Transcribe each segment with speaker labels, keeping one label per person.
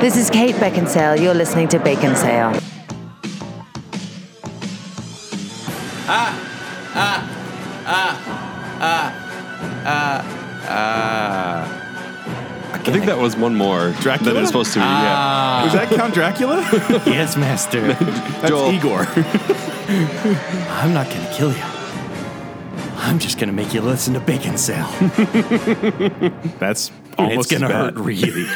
Speaker 1: This is Kate Beckinsale. You're listening to Bacon Sale.
Speaker 2: I think that was one more Dracula? that it's supposed to be. Yeah.
Speaker 3: Ah,
Speaker 4: Does that count Dracula?
Speaker 3: yes, master.
Speaker 4: That's
Speaker 2: Joel.
Speaker 4: Igor.
Speaker 3: I'm not gonna kill you. I'm just gonna make you listen to Bacon Sale.
Speaker 4: That's
Speaker 3: And
Speaker 4: almost
Speaker 3: it's gonna
Speaker 4: as bad.
Speaker 3: hurt really,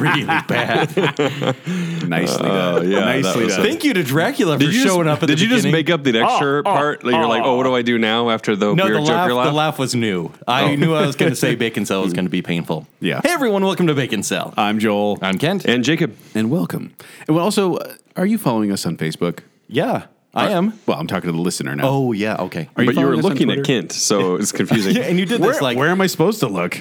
Speaker 3: really bad.
Speaker 4: Nicely done.
Speaker 2: yeah, that
Speaker 4: Nicely
Speaker 2: was
Speaker 4: done.
Speaker 2: it.
Speaker 3: Thank you to Dracula for
Speaker 2: Did you
Speaker 3: showing
Speaker 2: just,
Speaker 3: up. At
Speaker 2: did
Speaker 3: the
Speaker 2: you just
Speaker 3: beginning.
Speaker 2: make up the extra
Speaker 3: Oh, oh,
Speaker 2: part? Like you're like, oh, what do I do now after the
Speaker 3: No,
Speaker 2: weird
Speaker 3: the
Speaker 2: joke?
Speaker 3: laugh,
Speaker 2: Joker laugh? Oh.
Speaker 3: the laugh was new. I knew I was going to say Bacon Cell was going to be painful.
Speaker 4: Yeah.
Speaker 3: Hey, everyone, welcome to Bacon Cell.
Speaker 4: I'm Joel.
Speaker 3: I'm Kent.
Speaker 2: Uh, And Jacob,
Speaker 4: and welcome. And well, also, uh, are you following us on Facebook?
Speaker 3: yeah, I am.
Speaker 4: Well, I'm talking to the listener now.
Speaker 3: Oh, yeah, okay.
Speaker 4: Are you
Speaker 2: but you were
Speaker 4: following us on
Speaker 2: looking at
Speaker 4: Twitter?
Speaker 2: Kent, so it's confusing.
Speaker 3: Yeah, and you did
Speaker 4: where,
Speaker 3: this like.
Speaker 4: where am I supposed to look?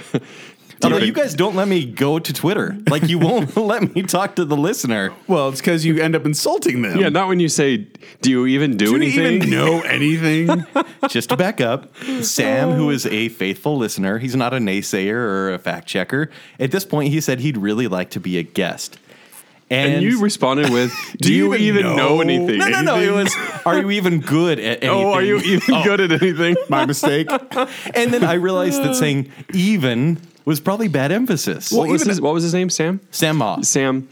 Speaker 3: although you guys don't let me go to Twitter. Like, you won't let me talk to the listener.
Speaker 4: well, it's because you end up insulting them.
Speaker 2: Yeah, not when you say, "Do you even do,
Speaker 4: Do you
Speaker 2: anything?"
Speaker 4: even know anything?
Speaker 3: Just to back up, Sam, who is a faithful listener, he's not a naysayer or a fact checker. At this point, he said he'd really like to be a guest. And,
Speaker 2: And you responded with, "Do, you even, know, anything?"
Speaker 3: No, no, no. It was, are you even good at anything?
Speaker 2: Oh, are you e-? even good at anything?
Speaker 4: My mistake.
Speaker 3: And then I realized that saying even was probably bad emphasis.
Speaker 2: What was
Speaker 4: even-
Speaker 2: his What was his name? Sam.
Speaker 3: Sam Moss.
Speaker 2: Sam.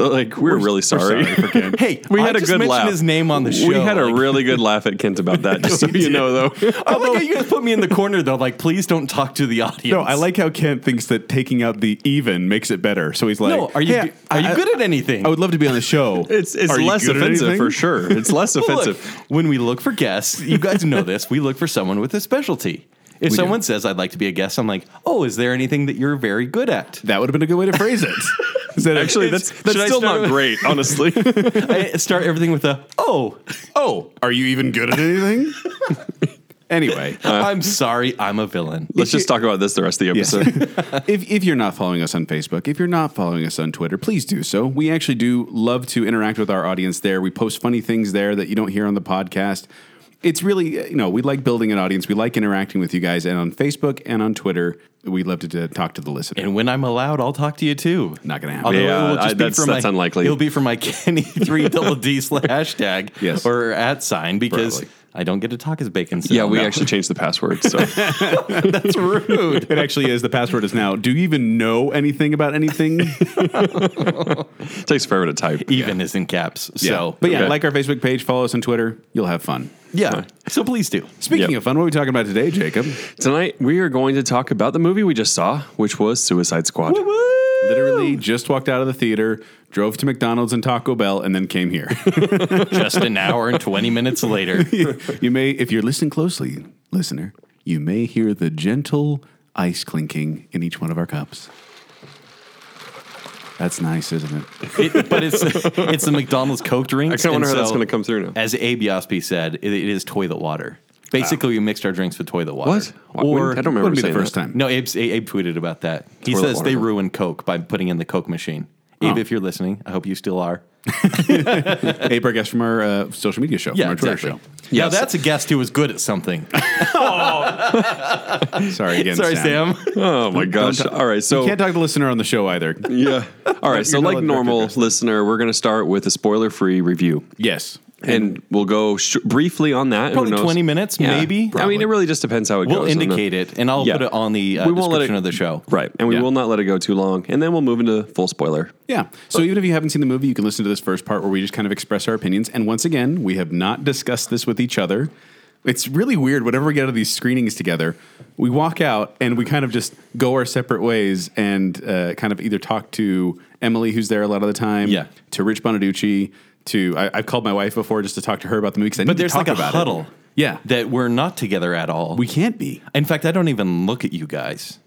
Speaker 2: Like we're, really sorry.
Speaker 3: Hey,
Speaker 2: we
Speaker 3: I
Speaker 2: had a
Speaker 3: just
Speaker 2: good
Speaker 3: mentioned
Speaker 2: laugh.
Speaker 3: his name on the show.
Speaker 2: We had a
Speaker 3: like-
Speaker 2: really good laugh at Kent about that. Just so you know, though.
Speaker 3: I like how you guys put me in the corner though. Like, please don't talk to the audience.
Speaker 4: No, I like how Kent thinks that taking out the even makes it better. So he's like,
Speaker 3: No, are you
Speaker 4: "Hey,
Speaker 3: are you
Speaker 4: I-
Speaker 3: good at anything?
Speaker 4: I would love to be on the show.
Speaker 2: It's it's
Speaker 4: Are you
Speaker 2: less
Speaker 4: good at
Speaker 2: offensive
Speaker 4: anything?
Speaker 2: for sure. It's less
Speaker 3: Well, look,
Speaker 2: offensive.
Speaker 3: when we look for guests, you guys know this. We look for someone with a specialty. If
Speaker 4: We do.
Speaker 3: someone says I'd like to be a guest, I'm like, oh, is there anything that you're very good at?
Speaker 4: That would have been a good way to phrase it. Is that
Speaker 2: Actually,
Speaker 4: it's-
Speaker 2: that's that's
Speaker 3: should I
Speaker 2: still
Speaker 3: start
Speaker 2: not
Speaker 3: with-
Speaker 2: great, honestly.
Speaker 3: I start everything with a oh.
Speaker 4: oh, are you even good at anything? Uh. anyway,
Speaker 3: I'm sorry, I'm a villain.
Speaker 2: Let's just talk about this the rest of the
Speaker 4: Yes.
Speaker 2: episode.
Speaker 4: if, if you're not following us on Facebook, if you're not following us on Twitter, please do so. We actually do love to interact with our audience there. We post funny things there that you don't hear on the podcast. It's really, uh, you know, we like building an audience. We like interacting with you guys. And on Facebook and on Twitter, we love to, to talk to the listener.
Speaker 3: And when I'm allowed, I'll talk to you too.
Speaker 4: Not gonna happen.
Speaker 3: Although
Speaker 2: Yeah,
Speaker 3: it will
Speaker 2: I-
Speaker 3: just be
Speaker 2: that's-
Speaker 3: for
Speaker 2: that's
Speaker 3: my,
Speaker 2: unlikely.
Speaker 3: It'll be for my Kenny three double D slash hashtag
Speaker 4: Yes.
Speaker 3: or at sign because
Speaker 4: Probably.
Speaker 3: I don't get to talk as bacon.
Speaker 2: Yeah, we actually changed the password. So
Speaker 3: that's rude.
Speaker 4: It actually is. The password is now. Do you even know anything about anything?
Speaker 2: it takes forever to type.
Speaker 3: Even is in caps. So,
Speaker 4: but yeah,
Speaker 2: Okay.
Speaker 4: like our Facebook page, follow us on Twitter. You'll have fun.
Speaker 3: yeah. So please do.
Speaker 4: Speaking
Speaker 2: Yep.
Speaker 4: of fun, what are we talking about today, Jacob?
Speaker 2: Tonight we are going to talk about the movie we just saw, which was Suicide Squad.
Speaker 4: Literally just walked out of the theater, drove to McDonald's and Taco Bell, and then came here.
Speaker 3: Just an hour and twenty minutes later.
Speaker 4: you may, if you're listening closely, listener, you may hear the gentle ice clinking in each one of our cups. That's nice, isn't it?
Speaker 3: It- but it's it's the McDonald's Coke drink.
Speaker 2: I kinda wonder how that's gonna come through now.
Speaker 3: As Abe Yospe said, it, it is toilet water. Basically, we mixed our drinks with toilet water.
Speaker 2: What? Why- when-
Speaker 3: Or
Speaker 2: I don't remember
Speaker 4: Wouldn't be the
Speaker 2: saying
Speaker 4: first
Speaker 2: that.
Speaker 4: time.
Speaker 3: No, Abe's, A- Abe tweeted about that. He
Speaker 2: Toilet
Speaker 3: says
Speaker 2: water.
Speaker 3: they ruined Coke by putting in the Coke machine. Abe,
Speaker 4: Oh.
Speaker 3: if you're listening, I hope you still are.
Speaker 4: Abe, our guest from our uh, social media show, from our Twitter
Speaker 3: show.
Speaker 2: Yes.
Speaker 3: Now that's a guest who was good at something.
Speaker 4: show. Sorry again,
Speaker 3: Sorry, Sam.
Speaker 2: Oh my gosh! All right, so
Speaker 4: Can't talk to the listener on the show either.
Speaker 2: yeah. All right, so
Speaker 4: You're not
Speaker 2: like
Speaker 4: allowed to
Speaker 2: normal
Speaker 4: direct
Speaker 2: listener, we're going to start with a spoiler-free review,
Speaker 4: yes.
Speaker 2: and we'll go sh- briefly on that. and who
Speaker 3: Probably
Speaker 2: knows-
Speaker 3: 20 minutes, maybe.
Speaker 2: I mean, it really just depends how it
Speaker 3: We'll
Speaker 2: goes. I'm not-
Speaker 3: indicate it, and I'll
Speaker 2: Yeah.
Speaker 3: put it on the uh,
Speaker 2: We won't let
Speaker 3: description
Speaker 2: it-
Speaker 3: of the show.
Speaker 2: right? And we
Speaker 4: Yeah.
Speaker 2: will not let it go too long, and then we'll move into full spoiler.
Speaker 4: Yeah. So even if you haven't seen the movie, you can listen to this first part where we just kind of express our opinions. And once again, we have not discussed this with each other. It's really weird. Whenever we get out of these screenings together, we walk out and we kind of just go our separate ways and uh, kind of either talk to Emily, who's there a lot of the time,
Speaker 3: Yeah.
Speaker 4: to Rich Bonaducci, to I, I've called my wife before just to talk to her about the movie because I need
Speaker 3: But
Speaker 4: to
Speaker 3: there's like
Speaker 4: talk
Speaker 3: a
Speaker 4: about
Speaker 3: huddle
Speaker 4: It. Yeah,
Speaker 3: that we're not together at all.
Speaker 4: we can't be
Speaker 3: In fact, I don't even look at you guys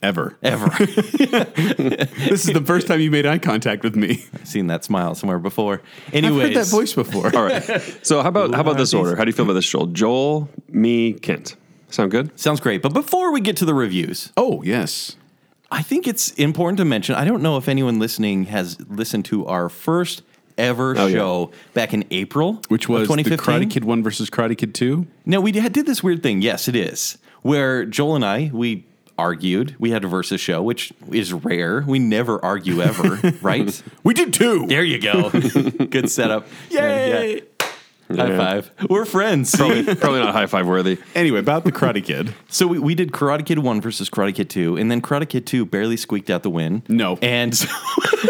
Speaker 4: ever.
Speaker 3: ever. I've
Speaker 4: this is the first time you made eye contact with me.
Speaker 3: seen that smile somewhere before.
Speaker 4: I've
Speaker 3: Anyways,
Speaker 4: heard that voice before.
Speaker 2: All right. So how about how about this order? How do you feel about this, Joel? Joel, me, Kent. Sound good?
Speaker 3: sounds great. But before we get to the reviews,
Speaker 4: Oh yes.
Speaker 3: I think it's important to mention. I don't know if anyone listening has listened to our first ever
Speaker 2: Oh, yeah.
Speaker 3: show back in April,
Speaker 4: Which
Speaker 3: of
Speaker 4: was the
Speaker 3: 2015.
Speaker 4: Karate Kid 1 versus Karate Kid 2.
Speaker 3: No, we did did this weird thing. Yes, it is where Joel and I we argued. We had a versus show, which is rare. We never argue ever, right?
Speaker 4: We did too.
Speaker 3: There you go. Good setup.
Speaker 4: Yay!
Speaker 3: Yeah. High
Speaker 2: Yeah.
Speaker 3: five. We're friends.
Speaker 2: Probably, probably not high five worthy.
Speaker 4: Anyway, about the Karate Kid.
Speaker 3: So we, we did Karate Kid 1 versus Karate Kid 2, and then Karate Kid 2 barely squeaked out the win.
Speaker 4: No.
Speaker 3: And so,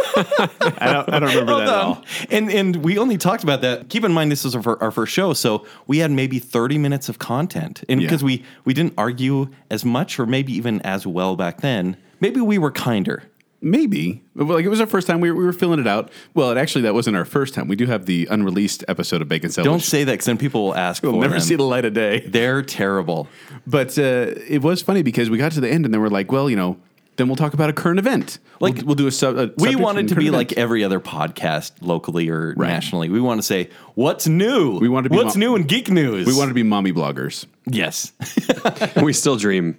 Speaker 4: I don't, I don't remember that at all.
Speaker 3: and and we only talked about that. Keep in mind this was our, fir- our first show, so we had maybe 30 minutes of content. And
Speaker 4: Yeah.
Speaker 3: because we we didn't argue as much or maybe even as well back then, maybe we were kinder.
Speaker 4: Maybe. But, Like it was our first time. We were, we were filling it out. Well, it actually that wasn't our first time. We do have the unreleased episode of Bacon Cell.
Speaker 3: Don't
Speaker 4: which
Speaker 3: say that because then people will ask
Speaker 4: we'll
Speaker 3: for
Speaker 4: never
Speaker 3: them.
Speaker 4: see the light of day.
Speaker 3: They're terrible.
Speaker 4: But uh, it was funny because we got to the end and they were like, well, you know, then we'll talk about a current event. Like we'll, we'll do a sub. A
Speaker 3: We
Speaker 4: subject
Speaker 3: wanted
Speaker 4: and
Speaker 3: to
Speaker 4: current
Speaker 3: be
Speaker 4: event.
Speaker 3: like every other podcast locally or nationally. We want to say, what's new?
Speaker 4: We want to be
Speaker 3: what's
Speaker 4: mo-
Speaker 3: new in geek news?
Speaker 4: we wanted to be mommy bloggers.
Speaker 3: Yes.
Speaker 2: We still dream.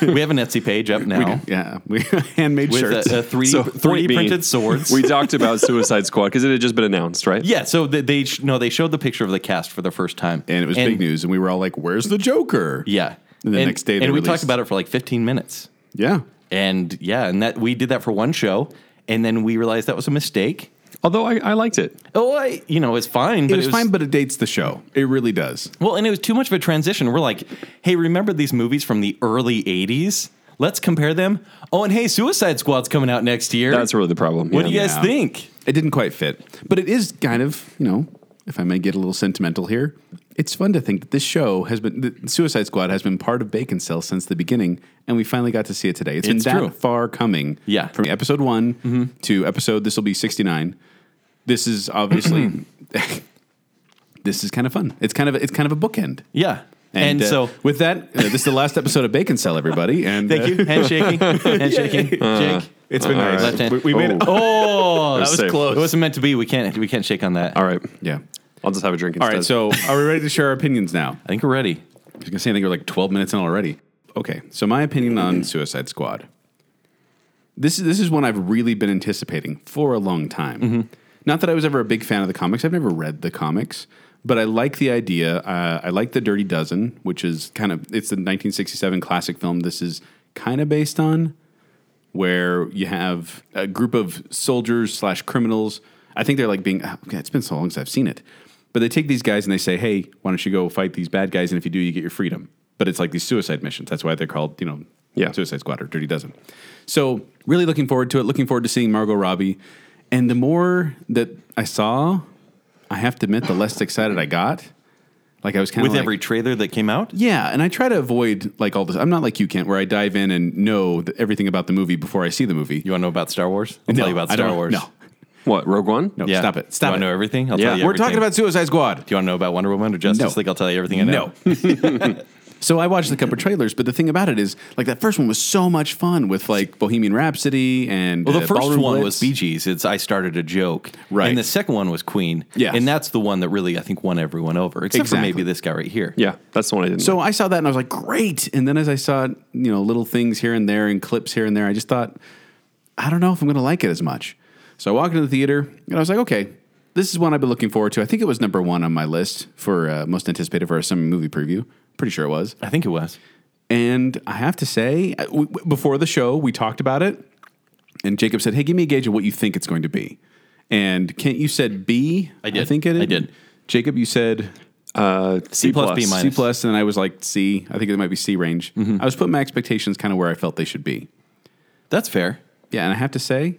Speaker 3: we have an Etsy page up now
Speaker 4: Yeah, we handmade
Speaker 3: with uh,
Speaker 4: shirts.
Speaker 3: a, a 3D,
Speaker 2: So
Speaker 3: 3D
Speaker 2: point being,
Speaker 3: printed swords.
Speaker 2: We talked about Suicide Squad because it had just been announced, right?
Speaker 3: yeah, so they, they sh- no, they showed the picture of the cast for the first time.
Speaker 4: and it was big news, and we were all like, "Where's the Joker?"
Speaker 3: Yeah.
Speaker 4: And the next day they
Speaker 3: And we talked
Speaker 4: released-
Speaker 3: about it for like 15 minutes.
Speaker 4: yeah.
Speaker 3: And yeah, and that we did that for one show and then we realized that was a mistake.
Speaker 2: Although I, I liked it.
Speaker 3: Oh, I, you know, it's fine, but
Speaker 4: It was, fine, but it dates the show. It really does.
Speaker 3: Well, and it was too much of a transition. We're like, hey, remember these movies from the early 80s? Let's compare them. Oh, and hey, Suicide Squad's coming out next year.
Speaker 2: That's really the problem.
Speaker 3: What
Speaker 2: yeah.
Speaker 3: do you guys
Speaker 4: Yeah.
Speaker 3: think?
Speaker 4: It didn't quite fit, but it is kind of you know, if I may get a little sentimental here, it's fun to think that this show has been the Suicide Squad has been part of Bacon Cell since the beginning, and we finally got to see it today. It's been
Speaker 3: It's
Speaker 4: that
Speaker 3: true.
Speaker 4: far coming.
Speaker 3: Yeah. Mm-hmm.
Speaker 4: from episode one to episode this will be sixty nine. This is obviously. This is kind of fun. It's kind of it's kind of a bookend.
Speaker 3: Yeah.
Speaker 4: And,
Speaker 3: And,
Speaker 4: uh,
Speaker 3: so,
Speaker 4: with that, uh, this is the last episode of Bacon Cell, everybody. And
Speaker 3: thank
Speaker 4: uh,
Speaker 3: you. Handshaking. Handshaking. Jake.
Speaker 4: It's been nice.
Speaker 3: Left hand.
Speaker 4: We, we made it.
Speaker 2: Oh.
Speaker 3: Oh, that
Speaker 2: was
Speaker 3: was
Speaker 2: safe.
Speaker 3: close. It wasn't meant to be. We can't. We can't shake on that.
Speaker 2: All right.
Speaker 4: Yeah.
Speaker 2: I'll just have a drink
Speaker 4: All
Speaker 2: instead.
Speaker 4: right. So, are we ready to share our opinions now?
Speaker 3: I think we're ready.
Speaker 4: I was gonna say I think we're like twelve minutes in already. Okay. So, my opinion on Suicide Squad. This is this is one I've really been anticipating for a long time. Not that I was ever a big fan of the comics. I've never read the comics, but I like the idea. Uh, I like the Dirty Dozen, which is kind of it's the 1967 classic film. This is kind of based on. where you have a group of soldiers slash criminals. I think they're like being. oh, God, it's been so long since I've seen it, but they take these guys and they say, "Hey, why don't you go fight these bad guys? And if you do, you get your freedom." But it's like these suicide missions. That's why they're called, you know,
Speaker 2: Yeah.
Speaker 4: Suicide Squad or Dirty Dozen. So really looking forward to it. Looking forward to seeing Margot Robbie. And the more that I saw, I have to admit, the less excited I got. Like I was kind of
Speaker 3: With every trailer that came out,
Speaker 4: yeah, and I try to avoid like all this. I'm not like you, Kent, where I dive in and know th- everything about the movie before I see the movie.
Speaker 3: you want to know about Star Wars? I'll
Speaker 4: No,
Speaker 3: tell you about
Speaker 4: I don't-
Speaker 3: Star Wars.
Speaker 4: No,
Speaker 2: what, Rogue One?
Speaker 4: no,
Speaker 3: Yeah.
Speaker 4: stop it.
Speaker 3: you
Speaker 4: Stop it.
Speaker 3: want to know everything? I'll
Speaker 2: Yeah.
Speaker 3: tell you.
Speaker 4: We're talking
Speaker 3: everything.
Speaker 4: about Suicide Squad.
Speaker 3: Do you want to know about Wonder Woman or Justice
Speaker 4: No.
Speaker 3: League? I'll tell you everything I know.
Speaker 4: so I watched a couple of trailers, but the thing about it is, like that first one was so much fun with like Bohemian Rhapsody and
Speaker 3: Well,
Speaker 4: uh,
Speaker 3: the first
Speaker 4: Ballroom
Speaker 3: one
Speaker 4: Blitz.
Speaker 3: was Bee Gees. It's I started a joke,
Speaker 4: Right.
Speaker 3: And the second one was Queen,
Speaker 4: Yes.
Speaker 3: And that's the one that really I think won everyone over, except for
Speaker 4: Exactly.
Speaker 3: maybe this guy right here.
Speaker 2: Yeah, that's the one I didn't.
Speaker 4: So I saw that and I was like, great. And then as I saw, you know, little things here and there and clips here and there, I just thought, I don't know if I'm going to like it as much. So I walked into the theater and I was like, okay, this is one I've been looking forward to. I think it was number one on my list for uh, most anticipated for a summer movie preview. Pretty sure it was.
Speaker 3: I think it was.
Speaker 4: And I have to say, I- w- w- before the show, we talked about it, and Jacob said, "Hey, give me a gauge of what you think it's going to be." And Kent, you said B. I
Speaker 3: did.
Speaker 4: I think it.
Speaker 3: I did.
Speaker 4: Jacob, you said
Speaker 2: uh, C
Speaker 3: plus, B minus. Mm-hmm.
Speaker 4: C plus, and I was like C. I think it might be C range. I was putting my expectations kind of where I felt they should be.
Speaker 3: That's fair.
Speaker 4: Yeah, and I have to say,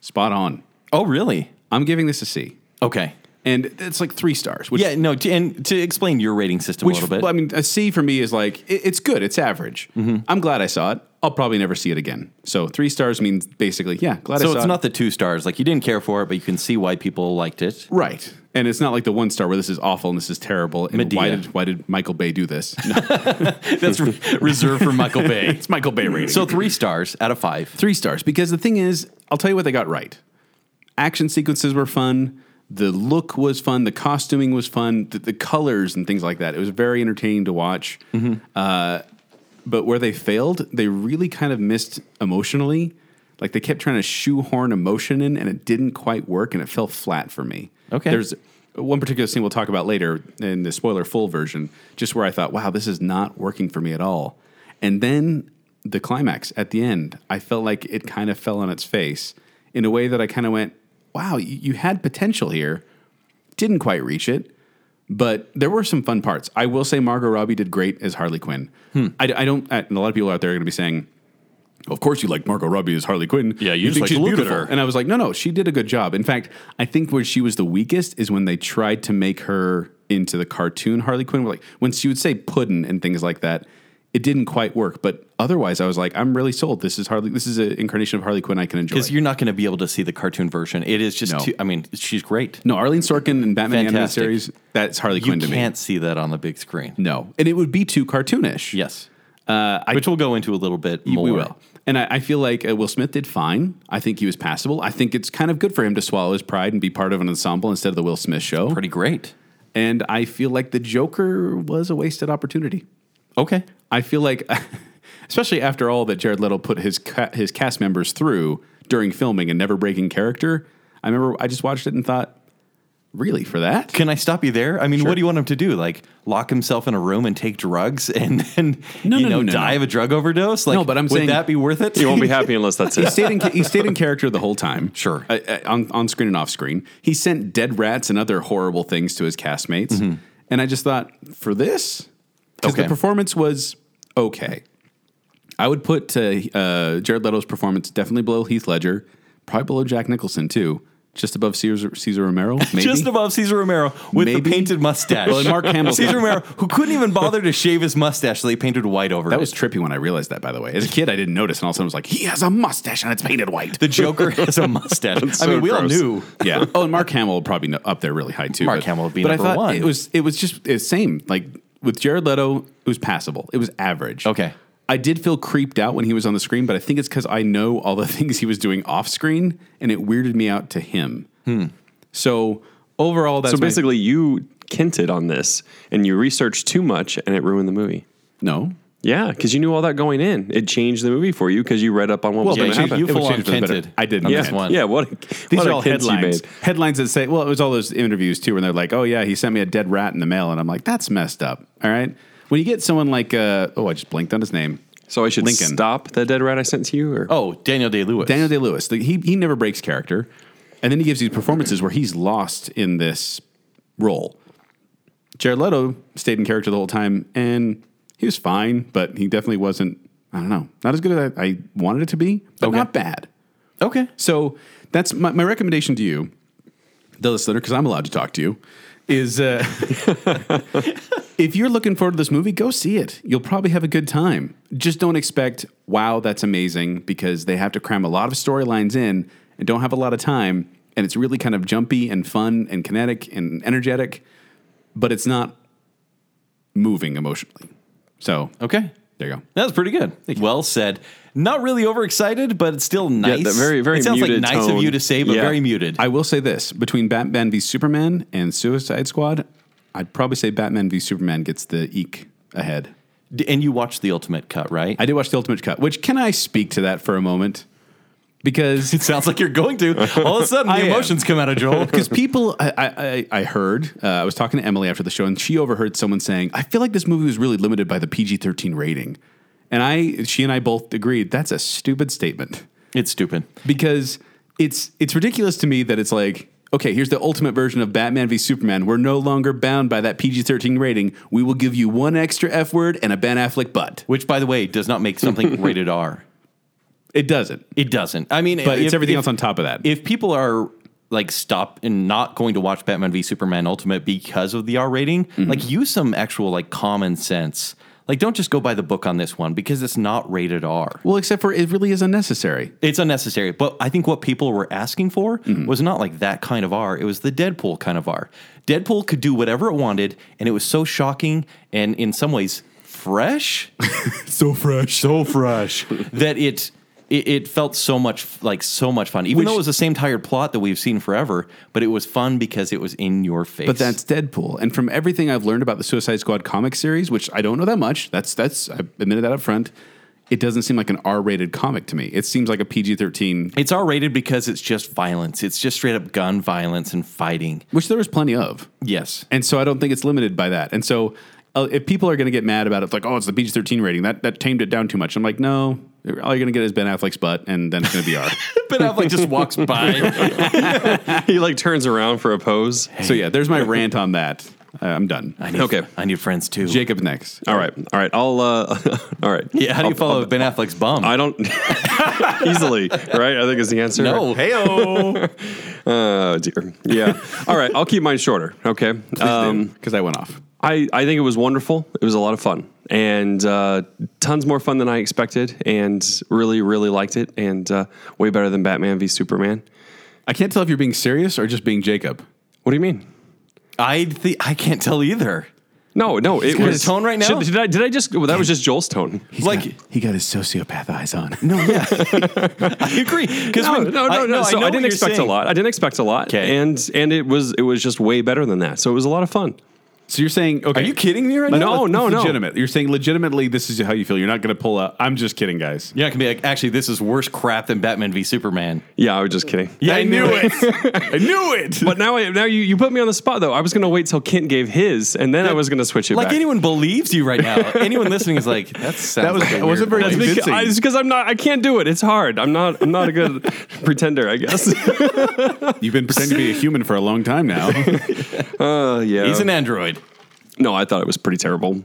Speaker 4: spot on.
Speaker 3: Oh, really?
Speaker 4: I'm giving this a C,
Speaker 3: Okay.
Speaker 4: and it's like three stars. Which,
Speaker 3: Yeah. No. To, and to explain your rating system
Speaker 4: which
Speaker 3: a little bit. Mm-hmm.
Speaker 4: I mean, a C for me is like it- it's good. It's average. I'm glad I saw it. I'll probably never see it again. So three stars means basically, yeah, glad I saw
Speaker 3: so it's
Speaker 4: it.
Speaker 3: not the two stars. Like you didn't care for it, but you can see why people liked it.
Speaker 4: Right. And it's not like the one star where this is awful and this is terrible. And why
Speaker 3: Medea.
Speaker 4: did why did Michael Bay do this? No,
Speaker 3: That's re- reserved for Michael Bay.
Speaker 4: it's Michael Bay rating.
Speaker 3: So
Speaker 4: So
Speaker 3: three stars out of five.
Speaker 4: three stars because the thing is, I'll tell you what they got right. Action sequences were fun. The look was fun. The costuming was fun. The, the colors and things like that. It was very entertaining to watch. Uh, but where they failed, they really kind of missed emotionally. Like they kept trying to shoehorn emotion in, and it didn't quite work, and it fell flat for me.
Speaker 3: Okay.
Speaker 4: There's one particular scene we'll talk about later in the spoiler full version, just where I thought, wow, this is not working for me at all. And then the climax at the end, I felt like it kind of fell on its face in a way that I kind of went, wow, you, you had potential here. Didn't quite reach it, but there were some fun parts. I will say Margot Robbie did great as Harley Quinn.
Speaker 3: Hmm.
Speaker 4: I, I don't, uh, and a lot of people out there are going to be saying, of course you like Margot Robbie as Harley Quinn.
Speaker 3: Yeah, you just
Speaker 4: think
Speaker 3: like
Speaker 4: she's
Speaker 3: to look at
Speaker 4: beautiful.
Speaker 3: her.
Speaker 4: And I was like, no, no, she did a good job. In fact, I think where she was the weakest is when they tried to make her into the cartoon Harley Quinn. Like when she would say puddin' and things like that, it didn't quite work. But otherwise, I was like, I'm really sold. This is Harley. This is an incarnation of Harley Quinn I can enjoy.
Speaker 3: Because you're not going to be able to see the cartoon version. It is just
Speaker 4: No.
Speaker 3: too, I mean, she's great.
Speaker 4: no, Arlene Sorkin and Batman the animated
Speaker 3: Fantastic.
Speaker 4: series. That's Harley
Speaker 3: You
Speaker 4: Quinn to
Speaker 3: can't
Speaker 4: me.
Speaker 3: see that on the big screen.
Speaker 4: No, and it would be too cartoonish.
Speaker 3: Yes.
Speaker 4: uh, I
Speaker 3: Which we'll go into a little bit more.
Speaker 4: We will. And I, I feel like uh, Will Smith did fine. I think he was passable. I think it's kind of good for him to swallow his pride and be part of an ensemble instead of the Will Smith show.
Speaker 3: Pretty great.
Speaker 4: And I feel like the Joker was a wasted opportunity.
Speaker 3: Okay.
Speaker 4: I feel like, especially after all that Jared Leto put his ca- his cast members through during filming and never breaking character. I remember I just watched it and thought, really for that?
Speaker 3: Can I stop you there? I mean,
Speaker 4: Sure.
Speaker 3: what do you want him to do? Like lock himself in a room and take drugs and then
Speaker 4: No,
Speaker 3: you know
Speaker 4: no, no, no,
Speaker 3: die
Speaker 4: no.
Speaker 3: of a drug overdose? Like,
Speaker 4: No, but I'm
Speaker 3: would
Speaker 4: saying-
Speaker 3: that be worth it?
Speaker 2: You won't be happy unless that's
Speaker 4: he
Speaker 2: it.
Speaker 4: stayed in he stayed in character the whole time.
Speaker 3: Sure.
Speaker 4: Uh, uh, on on screen and off screen. He sent dead rats and other horrible things to his castmates, and I just thought for this because the
Speaker 3: Mm-hmm. Okay.
Speaker 4: performance was okay. I would put uh, uh, Jared Leto's performance definitely below Heath Ledger, probably below Jack Nicholson too, just above Caesar, Caesar Romero. Maybe.
Speaker 3: Just above Caesar Romero with
Speaker 4: Maybe.
Speaker 3: the painted mustache.
Speaker 4: Well, and Mark Hamill's
Speaker 3: Caesar
Speaker 4: not-
Speaker 3: Romero, who couldn't even bother to shave his mustache, so they painted white over
Speaker 4: That
Speaker 3: it.
Speaker 4: was trippy when I realized that. By the way, as a kid, I didn't notice, and all of a sudden, I was like, "He has a mustache and it's painted white."
Speaker 3: the Joker has a mustache. I
Speaker 2: so
Speaker 3: mean, we all
Speaker 2: gross.
Speaker 3: knew.
Speaker 4: yeah. Oh, and Mark Hamill will probably kn- up there really high too.
Speaker 3: Mark Hamill would be
Speaker 4: I
Speaker 3: number
Speaker 4: thought
Speaker 3: one.
Speaker 4: It was it was just the same. Like with Jared Leto, it was passable. It was average.
Speaker 3: Okay.
Speaker 4: I did feel creeped out when he was on the screen, but I think it's because I know all the things he was doing off screen, and it weirded me out to him. So overall, that's
Speaker 2: so
Speaker 4: my-
Speaker 2: basically, you kinted on this and you researched too much and it ruined the movie.
Speaker 4: no.
Speaker 2: Yeah, because you knew all that going in. It changed the movie for you because you read up on what was
Speaker 3: Well,
Speaker 2: going
Speaker 3: but
Speaker 2: to
Speaker 3: you-
Speaker 2: happen.
Speaker 3: you
Speaker 4: It would
Speaker 3: full on
Speaker 4: change for the better.
Speaker 3: tinted.
Speaker 4: I didn't.
Speaker 3: on
Speaker 2: yeah,
Speaker 4: Yeah.
Speaker 3: this one.
Speaker 2: yeah. What? A,
Speaker 4: These
Speaker 2: what
Speaker 4: are
Speaker 2: a
Speaker 4: all
Speaker 2: kints you
Speaker 4: headlines.
Speaker 2: made.
Speaker 4: Headlines that say, well, it was all those interviews too, where they're like, oh yeah, he sent me a dead rat in the mail, and I'm like, that's messed up. All right. When you get someone like, uh, oh, I just blinked on his name.
Speaker 2: So I should
Speaker 4: Lincoln.
Speaker 2: stop the dead rat I sent to you, or
Speaker 3: Oh, Daniel Day Lewis.
Speaker 4: Daniel Day Lewis. he he never breaks character, and then he gives these performances where he's lost in this role. Jared Leto stayed in character the whole time, and he was fine, but he definitely wasn't. I don't know, not as good as I, I wanted it to be, but
Speaker 3: Okay.
Speaker 4: not bad.
Speaker 3: Okay.
Speaker 4: So that's my, my recommendation to you, the listener, because I'm allowed to talk to you, is uh, if you're looking forward to this movie, go see it. You'll probably have a good time. Just don't expect, wow, that's amazing, because they have to cram a lot of storylines in and don't have a lot of time. And it's really kind of jumpy and fun and kinetic and energetic, but it's not moving emotionally. So,
Speaker 3: Okay.
Speaker 4: there you go.
Speaker 3: That was pretty good. Well said. Not really overexcited, but it's still nice.
Speaker 2: that very- very
Speaker 3: It sounds
Speaker 2: muted
Speaker 3: like nice of
Speaker 2: tone.
Speaker 3: you to say, but
Speaker 2: Yeah.
Speaker 3: very muted.
Speaker 4: I will say this between Batman v Superman and Suicide Squad, I'd probably say Batman v Superman gets the eek ahead.
Speaker 3: D- and you watched the ultimate cut, right?
Speaker 4: I did watch the Ultimate Cut, which can I speak to that for a moment? Because
Speaker 3: it sounds like you're going to. All of a sudden,
Speaker 4: I
Speaker 3: the
Speaker 4: am.
Speaker 3: emotions come out of Joel.
Speaker 4: because people, I- I, I, I heard, uh, I was talking to Emily after the show, and she overheard someone saying, "I feel like this movie was really limited by the PG thirteen rating," and I, she and I both agreed that's a stupid statement.
Speaker 3: It's stupid.
Speaker 4: because it's it's ridiculous to me that it's like okay here's the ultimate version of batman v superman we're no longer bound by that pg-13 rating we will give you one extra f word and a ben affleck butt
Speaker 3: Which, by the way, does not make something rated R.
Speaker 4: it doesn't
Speaker 3: It doesn't. I mean,
Speaker 4: but
Speaker 3: if-
Speaker 4: it's everything
Speaker 3: if-
Speaker 4: else on top of that
Speaker 3: If people are like stop and not going to watch Batman v Superman Ultimate because of the R rating, like use some actual like common sense. Like, don't just go by the book on this one because it's not rated R.
Speaker 4: well except for it really is unnecessary
Speaker 3: It's unnecessary. But I think what people were asking for was not like that kind of R. It was the Deadpool kind of R. Deadpool could do whatever it wanted, and it was so shocking and in some ways fresh.
Speaker 4: so fresh so fresh
Speaker 3: that it, it it felt so much like so much fun. Even
Speaker 4: Which-
Speaker 3: though it was the same tired plot that we've seen forever, but it was fun because it was in your face.
Speaker 4: but that's deadpool and from everything i've learned about the suicide squad comic series which i don't know that much that's that's i admitted that up front it doesn't seem like an r-rated comic to me it seems like a pg-13
Speaker 3: it's R rated because it's just violence. It's just straight up gun violence and fighting.
Speaker 4: which there was plenty of
Speaker 3: Yes.
Speaker 4: And so I don't think it's limited by that. And so uh, if people are going to get mad about it, it's like, oh, it's the PG thirteen rating that that tamed it down too much. I'm like, no, all you're going to get is Ben Affleck's butt, and then it's going to be R.
Speaker 3: Ben Affleck just walks by.
Speaker 2: he like turns around for a pose.
Speaker 4: so yeah, there's my rant on that. Uh, I'm done.
Speaker 3: I need,
Speaker 2: Okay.
Speaker 3: I need friends too.
Speaker 4: Jacob next.
Speaker 2: All right, all right. I'll uh, all right.
Speaker 3: yeah, how do you
Speaker 2: I'll-
Speaker 3: follow Ben Affleck's bum?
Speaker 2: I don't easily, right? I think is the answer.
Speaker 3: no. Heyo.
Speaker 2: Oh dear. Yeah. All right. I'll keep mine shorter. Okay. Um,
Speaker 4: because I went off.
Speaker 2: I I think it was wonderful. It was a lot of fun and uh, tons more fun than I expected, and really really liked it, and uh, way better than Batman v Superman.
Speaker 4: I can't tell if you're being serious or just being Jacob.
Speaker 2: What do you mean?
Speaker 3: I thi- I can't tell either.
Speaker 2: No, no. It
Speaker 3: got
Speaker 2: was
Speaker 3: his tone right now?
Speaker 2: Should- did I did I just? Well, that was just Joel's tone.
Speaker 3: like
Speaker 4: He got his sociopath eyes on.
Speaker 3: I agree because
Speaker 2: No, no, no, no. so I, didn't expect a lot. I didn't expect a lot.
Speaker 3: 'Kay.
Speaker 2: And and it was it was just way better than that. So it was a lot of fun.
Speaker 4: So you're saying, okay?
Speaker 3: Are you kidding me right
Speaker 4: Let-
Speaker 3: now?
Speaker 2: No,
Speaker 4: let-
Speaker 2: no,
Speaker 4: it's
Speaker 2: no.
Speaker 4: Legitimate. You're saying legitimately, this is how you feel. You're not going to pull out. I'm just kidding, guys.
Speaker 3: You're not gonna be like, actually, this is worse crap than Batman v Superman.
Speaker 2: Yeah, I was just kidding.
Speaker 3: Yeah, I knew it.
Speaker 4: I knew it.
Speaker 2: But now, I, now you, you put me on the spot though. I was gonna wait till Kent gave his, and then I was gonna switch it
Speaker 3: Like
Speaker 2: back.
Speaker 3: anyone believes you right now. anyone listening is like, that sounds
Speaker 4: That was-
Speaker 3: like a
Speaker 4: that wasn't
Speaker 3: weird
Speaker 4: very
Speaker 3: place.
Speaker 4: convincing.
Speaker 2: because, I, it's because I'm not. I can't do it. It's hard. I'm not. I'm not a good pretender. I guess.
Speaker 4: You've been pretending to be a human for a long time now.
Speaker 2: Uh, yeah.
Speaker 3: He's an android.
Speaker 2: no, I thought it was pretty terrible.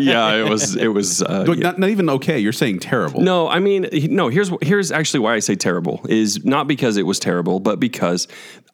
Speaker 2: yeah, it was. It was. Uh,
Speaker 4: But
Speaker 2: yeah.
Speaker 4: not, not even okay. You're saying terrible.
Speaker 2: No, I mean, he- no. Here's wh- here's actually why I say terrible is not because it was terrible, but because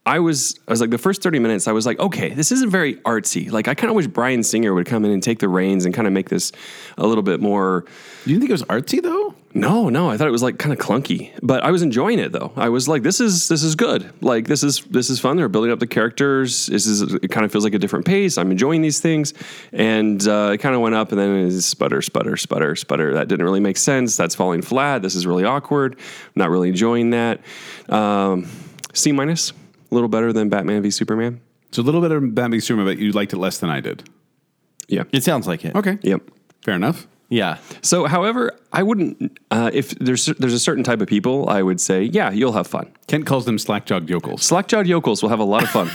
Speaker 2: I was I was like the first thirty minutes. I was like, okay, this isn't very artsy. Like I kind of wish Brian Singer would come in and take the reins and kind of make this a little bit more.
Speaker 4: You didn't think it was artsy though?
Speaker 2: No, no, I thought it was like kind of clunky, but I was enjoying it though. I was like, this is this is good. Like this is this is fun. They're building up the characters. This is it kind of feels like a different pace. I'm enjoying these things, and uh, it kind of went up, and then it is sputter, sputter, sputter, sputter. That didn't really make sense. That's falling flat. This is really awkward. I'm not really enjoying that. Um, C minus, a little better than Batman v Superman.
Speaker 4: It's a little bit of Batman v Superman, but you liked it less than I did.
Speaker 2: Yeah.
Speaker 3: It sounds like it.
Speaker 4: Okay.
Speaker 2: Yep.
Speaker 4: Fair enough.
Speaker 3: Yeah.
Speaker 2: So, however, I wouldn't. Uh, if there's there's a certain type of people, I would say, yeah, you'll have fun.
Speaker 4: Kent calls them slackjawed yokels.
Speaker 2: Slackjawed yokels will have a lot of fun.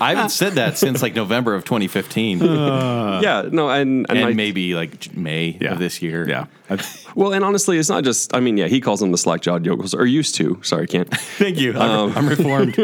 Speaker 3: I haven't said that since like November of 2015, and
Speaker 2: yeah, no, and Uh, and, like,
Speaker 3: maybe like May
Speaker 4: Yeah.
Speaker 3: of this year.
Speaker 4: Yeah. I've-
Speaker 2: well, and honestly, it's not just. I mean, yeah, he calls them the slackjawed yokels, or used to. Sorry, can't.
Speaker 3: Thank you. I'm, I'm reformed.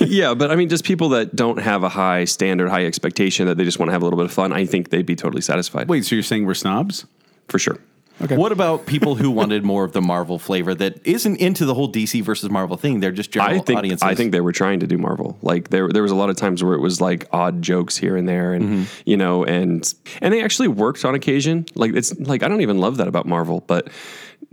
Speaker 2: yeah, but I mean, just people that don't have a high standard, high expectation that they just want to have a little bit of fun. I think they'd be totally satisfied.
Speaker 4: wait, so you're saying we're snobs?
Speaker 2: for sure.
Speaker 4: Okay.
Speaker 3: What about people who wanted more of the Marvel flavor that isn't into the whole DC versus Marvel thing? They're just general
Speaker 2: I think
Speaker 3: audiences.
Speaker 2: I think they were trying to do Marvel. Like there there was a lot of times where it was like odd jokes here and there, and
Speaker 4: Mm-hmm.
Speaker 2: you know, and and they actually worked on occasion. Like it's like I don't even love that about Marvel, but.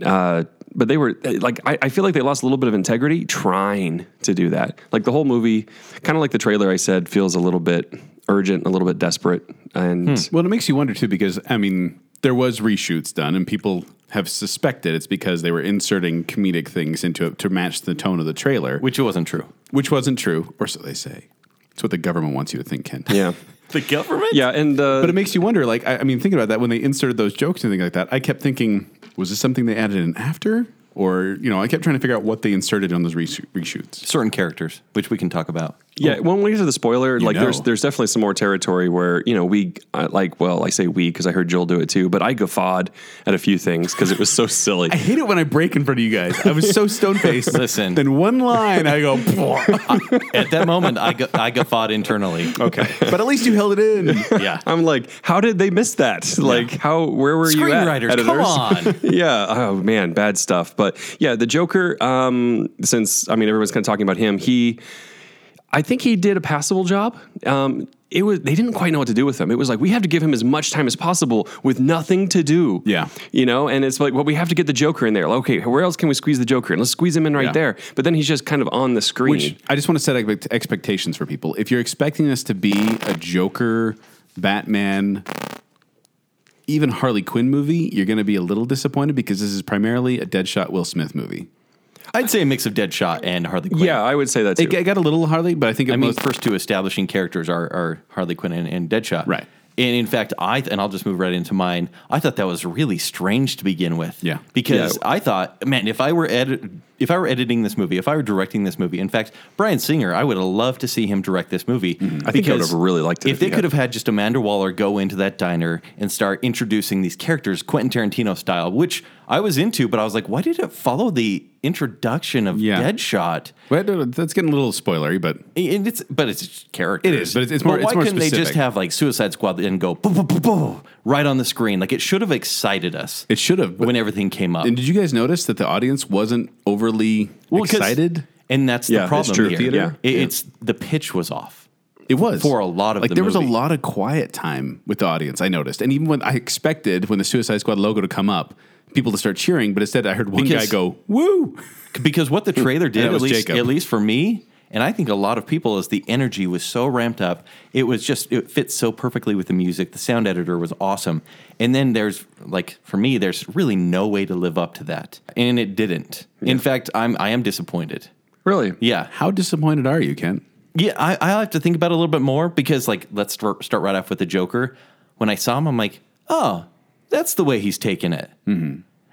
Speaker 2: Uh, but they were like, I, I feel like they lost a little bit of integrity trying to do that. Like the whole movie, kind of like the trailer I said, feels a little bit urgent, a little bit desperate. And
Speaker 4: Well, it makes you wonder too, because I mean, there was reshoots done, and people have suspected it's because they were inserting comedic things into it to match the tone of the trailer, which,
Speaker 3: which wasn't true.
Speaker 4: which wasn't true, or so they say. It's what the government wants you to think, Kent.
Speaker 2: yeah,
Speaker 3: The government?
Speaker 2: yeah. And uh,
Speaker 4: But it makes you wonder. Like, I, I mean, think about that. When they inserted those jokes and things like that, I kept thinking, was this something they added in after? Or you know, I kept trying to figure out what they inserted on those reshoot, reshoots.
Speaker 3: Certain characters, which we can talk about.
Speaker 2: Yeah, when we get to the spoiler, like
Speaker 4: know.
Speaker 2: there's there's definitely some more territory where you know we uh, like well I say we because I heard Joel do it too, but I guffawed at a few things because it was so silly.
Speaker 4: I hate it when I break in front of you guys. I was so stone faced.
Speaker 3: Listen.
Speaker 4: then one line, I go.
Speaker 3: At that moment, I, gu- I guffawed internally.
Speaker 4: okay, but at least you held it in.
Speaker 3: Yeah.
Speaker 2: I'm like, how did they miss that? Like, how where were you at?
Speaker 3: Screenwriters,
Speaker 2: editors?
Speaker 3: come on.
Speaker 2: yeah. Oh man, bad stuff. But yeah, the Joker. Um, since I mean everyone's kind of talking about him, he. I think he did a passable job. Um, it was they didn't quite know what to do with him. It was like we have to give him as much time as possible with nothing to do.
Speaker 4: Yeah.
Speaker 2: you know, and it's like well we have to get the Joker in there. Like, okay, where else can we squeeze the Joker in? Let's squeeze him in right
Speaker 4: Yeah.
Speaker 2: there. But then he's just kind of on the screen.
Speaker 4: Which I just want to set expect- expectations for people. If you're expecting this to be a Joker, Batman, even Harley Quinn movie, you're going to be a little disappointed because this is primarily a Deadshot Will Smith movie.
Speaker 3: I'd say a mix of Deadshot and Harley Quinn.
Speaker 2: yeah, I would say that too.
Speaker 4: It, g- it got a little Harley, but I think it
Speaker 3: I mean,
Speaker 4: was
Speaker 3: first two establishing characters are, are Harley Quinn and, and Deadshot.
Speaker 4: Right.
Speaker 3: And in fact, I and I'll just move right into mine. I thought that was really strange to begin with.
Speaker 4: Yeah.
Speaker 3: because
Speaker 2: Yeah.
Speaker 3: I thought, man, if I were edit, if I were editing this movie, if I were directing this movie, in fact, Brian Singer, I would have loved to see him direct this movie.
Speaker 2: Mm-hmm. I think I would
Speaker 3: because
Speaker 2: have really liked it
Speaker 3: if
Speaker 2: if
Speaker 3: they
Speaker 2: he
Speaker 3: could
Speaker 2: had.
Speaker 3: have had just Amanda Waller go into that diner and start introducing these characters Quentin Tarantino style, which I was into, but I was like, why did it follow the introduction of
Speaker 4: Yeah.
Speaker 3: Deadshot?
Speaker 4: Well, no, no, that's getting a little spoilery, but
Speaker 3: And it's but it's character.
Speaker 4: It is, but it's- it's more- it's
Speaker 3: why
Speaker 4: more
Speaker 3: couldn't they just
Speaker 4: specific.
Speaker 3: have like Suicide Squad and go boo, boo, boo, boo, right on the screen? Like it should have excited us
Speaker 4: it should have.
Speaker 3: when everything came up.
Speaker 4: and did you guys notice that the audience wasn't overly
Speaker 3: 'cause-
Speaker 4: excited?
Speaker 3: and that's the
Speaker 2: Yeah, it's
Speaker 3: problem
Speaker 2: true.
Speaker 3: here.
Speaker 2: Theater?
Speaker 3: It- It's the pitch was off.
Speaker 4: It was
Speaker 3: for a lot of
Speaker 4: like
Speaker 3: the
Speaker 4: there was a
Speaker 3: movie.
Speaker 4: lot of quiet time with the audience. I noticed, and even when I expected when the Suicide Squad logo to come up, people to start cheering, but instead I heard one
Speaker 3: Because-
Speaker 4: guy go "woo."
Speaker 3: because what the trailer did,
Speaker 4: Hmm. that
Speaker 3: at
Speaker 4: was
Speaker 3: least
Speaker 4: Jacob.
Speaker 3: at least for me, and I think a lot of people, is the energy was so ramped up. It was just it fits so perfectly with the music. The sound editor was awesome, and then there's like for me, there's really no way to live up to that, and it didn't. In fact, I'm I am disappointed.
Speaker 2: Really?
Speaker 3: Yeah,
Speaker 4: How disappointed are you, Kent?
Speaker 3: yeah, I, I have to think about it a little bit more because, like, let's start, start right off with the Joker. When I saw him, I'm like, oh, that's the way he's taking it.
Speaker 4: Mm-hmm.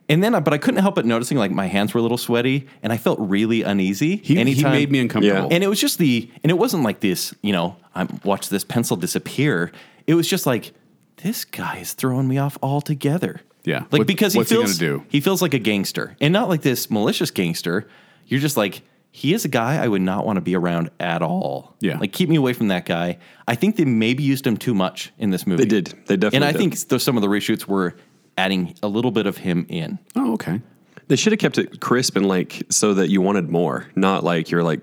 Speaker 3: And then, I, but I couldn't help but noticing, like, my hands were a little sweaty and I felt really uneasy.
Speaker 4: He, he made me uncomfortable.
Speaker 2: Yeah.
Speaker 3: And it was just the, and it wasn't like this, you know, I'm watch this pencil disappear. It was just like, this guy is throwing me off altogether.
Speaker 4: Yeah.
Speaker 3: Like,
Speaker 4: What-
Speaker 3: because he
Speaker 4: what's he gonna
Speaker 3: feels,
Speaker 4: do?
Speaker 3: he feels like a gangster and not like this malicious gangster. You're just like, he is a guy I would not want to be around at all.
Speaker 4: Yeah.
Speaker 3: Like, keep me away from that guy. I think they maybe used him too much in this movie.
Speaker 2: They did. They definitely
Speaker 3: And I
Speaker 2: did.
Speaker 3: think th- some of the reshoots were adding a little bit of him in.
Speaker 4: oh, okay.
Speaker 2: They should have kept it crisp and like so that you wanted more, not like you're like,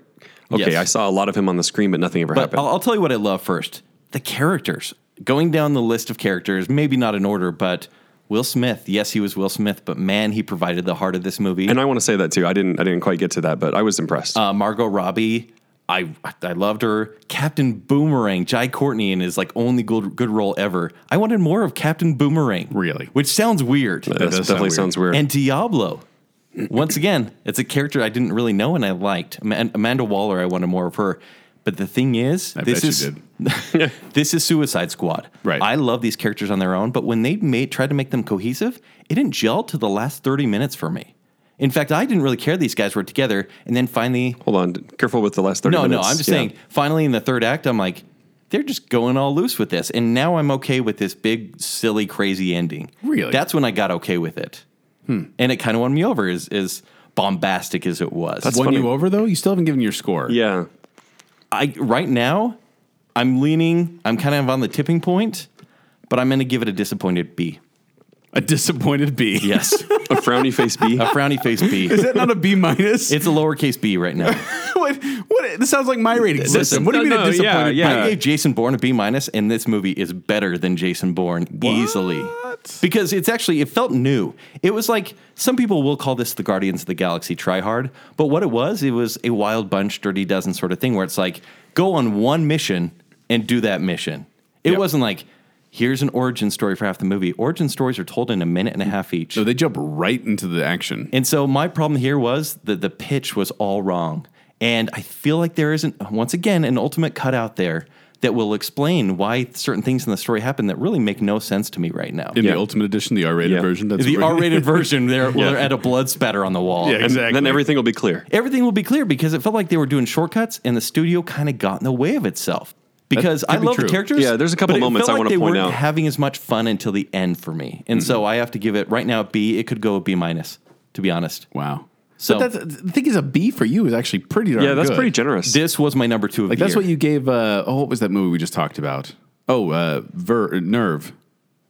Speaker 2: okay,
Speaker 3: Yes.
Speaker 2: I saw a lot of him on the screen, but nothing ever
Speaker 3: But
Speaker 2: happened.
Speaker 3: I'll, I'll tell you what I love first the characters. Going down the list of characters, maybe not in order, but Will Smith. Yes, he was Will Smith, but man, he provided the heart of this movie.
Speaker 2: and I want to say that too. I didn't. I didn't quite get to that, but I was impressed.
Speaker 3: uh, Margot Robbie. I I loved her. Captain Boomerang, Jai Courtney in his like only good, good role ever. I wanted more of Captain Boomerang.
Speaker 4: Really?
Speaker 3: Which sounds weird.
Speaker 2: that
Speaker 4: does
Speaker 2: definitely
Speaker 4: sound
Speaker 2: sounds weird.
Speaker 3: And Diablo. Once again, it's a character I didn't really know and I liked. Ama- Amanda Waller, I wanted more of her. But the thing is,
Speaker 4: I
Speaker 3: this
Speaker 4: bet
Speaker 3: is
Speaker 4: you did.
Speaker 3: this is Suicide Squad.
Speaker 4: Right.
Speaker 3: I love these characters on their own, but when they made tried to make them cohesive, it didn't gel to the last 30 minutes for me. In fact, I didn't really care these guys were together, and then finally
Speaker 2: Hold on, careful with the last thirty.
Speaker 3: no,
Speaker 2: minutes.
Speaker 3: no, I'm just
Speaker 2: Yeah.
Speaker 3: saying. Finally, in the third act, I'm like, they're just going all loose with this, and now I'm okay with this big, silly, crazy ending.
Speaker 4: Really?
Speaker 3: That's when I got okay with it,
Speaker 2: Hmm.
Speaker 3: and it kind of won me over. Is as bombastic as it was.
Speaker 2: That's
Speaker 4: Won
Speaker 2: funny.
Speaker 4: you over though. You still haven't given your score.
Speaker 2: Yeah,
Speaker 3: I right now, I'm leaning. I'm kind of on the tipping point, but I'm going to give it a disappointed B.
Speaker 4: A disappointed B.
Speaker 3: Yes,
Speaker 2: a frowny face B.
Speaker 3: a frowny face B.
Speaker 4: Is that not a B minus?
Speaker 3: It's a lowercase b right now.
Speaker 4: what, what? This sounds like my rating system. what do you
Speaker 2: no,
Speaker 4: mean
Speaker 2: no,
Speaker 4: a disappointed
Speaker 2: yeah,
Speaker 3: I
Speaker 2: yeah.
Speaker 3: gave Jason Bourne a B minus, and this movie is better than Jason Bourne easily because it's actually it felt new. It was like some people will call this the Guardians of the Galaxy try hard, but what it was, it was a wild bunch, dirty dozen sort of thing where it's like go on one mission and do that mission. It
Speaker 4: Yep.
Speaker 3: wasn't like here's an origin story for half the movie. Origin stories are told in a minute and a half each.
Speaker 4: No, they jump right into the action.
Speaker 3: And so my problem here was that the pitch was all wrong. And I feel like there isn't, once again, an ultimate cut out there that will explain why certain things in the story happen that really make no sense to me right now.
Speaker 4: In
Speaker 2: Yeah.
Speaker 4: the Ultimate Edition, the R-rated
Speaker 2: Yeah.
Speaker 4: version. That's
Speaker 3: the
Speaker 4: what we're-
Speaker 3: R rated version, they're, they're at a blood spatter on the wall.
Speaker 4: Yeah,
Speaker 3: And
Speaker 4: exactly.
Speaker 2: Then everything will be clear.
Speaker 3: Everything will be clear because it felt like they were doing shortcuts and the studio kind of got in the way of itself. Because
Speaker 4: could
Speaker 3: I
Speaker 4: be
Speaker 3: love the
Speaker 4: true.
Speaker 3: characters.
Speaker 2: Yeah, there's a couple
Speaker 3: but it
Speaker 2: moments
Speaker 3: felt
Speaker 2: I
Speaker 3: like
Speaker 2: wanna
Speaker 3: they
Speaker 2: point
Speaker 3: weren't
Speaker 2: out.
Speaker 3: having as much fun until the end for me, and so
Speaker 4: Mm-hmm.
Speaker 3: I have to give it right now a B. It could go a B minus, to be honest.
Speaker 4: Wow.
Speaker 3: So-
Speaker 4: but that's, the thing is, a B for you is actually pretty darn
Speaker 2: Yeah, that's
Speaker 4: good.
Speaker 2: pretty generous.
Speaker 3: This was my number two of
Speaker 4: Like
Speaker 3: the
Speaker 4: that's
Speaker 3: year.
Speaker 4: what you gave. Uh, oh, what was that movie we just talked about? Oh, uh, Ver, Nerve,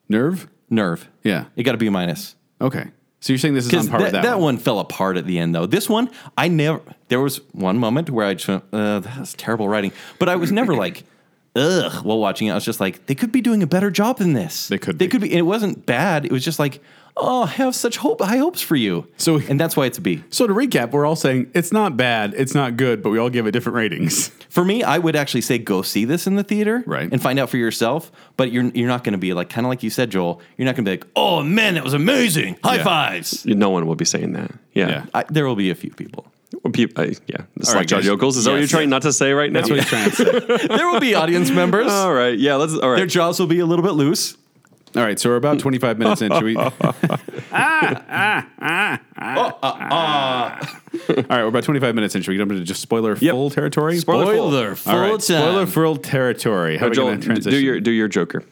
Speaker 4: Nerve.
Speaker 3: Nerve.
Speaker 4: Yeah.
Speaker 3: It got to be minus.
Speaker 4: Okay, so you're saying this is on
Speaker 3: Because
Speaker 4: par
Speaker 3: that,
Speaker 4: with that,
Speaker 3: that one. fell apart at the end, though. This one, I never. There was one moment where I just went, uh, that's terrible writing. But I was never like, ugh, while watching it. I was just like, they could be doing a better job than this.
Speaker 4: They could
Speaker 3: They
Speaker 4: be.
Speaker 3: could be. And it wasn't bad. It was just like, oh, I have such hope, high hopes for you.
Speaker 4: So-
Speaker 3: and that's why it's a B.
Speaker 4: So to recap, we're all saying it's not bad, it's not good, but we all give it different ratings.
Speaker 3: For me, I would actually say go see this in the theater,
Speaker 4: Right.
Speaker 3: and find out for yourself. But you're you're not going to be like, kind of like you said, Joel. You're not going to be like, oh man, that was amazing, high
Speaker 4: Yeah.
Speaker 3: fives.
Speaker 2: No one will be saying that. Yeah.
Speaker 4: Yeah.
Speaker 3: I, there will be a few people.
Speaker 2: Well, people, I, yeah, the
Speaker 4: right,
Speaker 2: slackjawed
Speaker 4: guys.
Speaker 2: yokels. Is that what
Speaker 3: Yes.
Speaker 2: you're trying not to say right now?
Speaker 4: That's what he's trying to say.
Speaker 3: there will be audience members.
Speaker 2: all right, yeah, let's. All
Speaker 3: Their
Speaker 2: right,
Speaker 3: jaws will be a little bit loose.
Speaker 4: All right, so we're about 25 minutes in. Should we? ah, ah, ah, All right, we're about 25 minutes in. Should we jump into just spoiler
Speaker 2: Yep.
Speaker 4: full territory?
Speaker 2: Spoiler full. Spoiler
Speaker 4: All right,
Speaker 3: full time.
Speaker 4: spoiler full territory. How are we
Speaker 2: Joel,
Speaker 4: going to
Speaker 2: d-
Speaker 4: transition?
Speaker 2: do your do your Joker.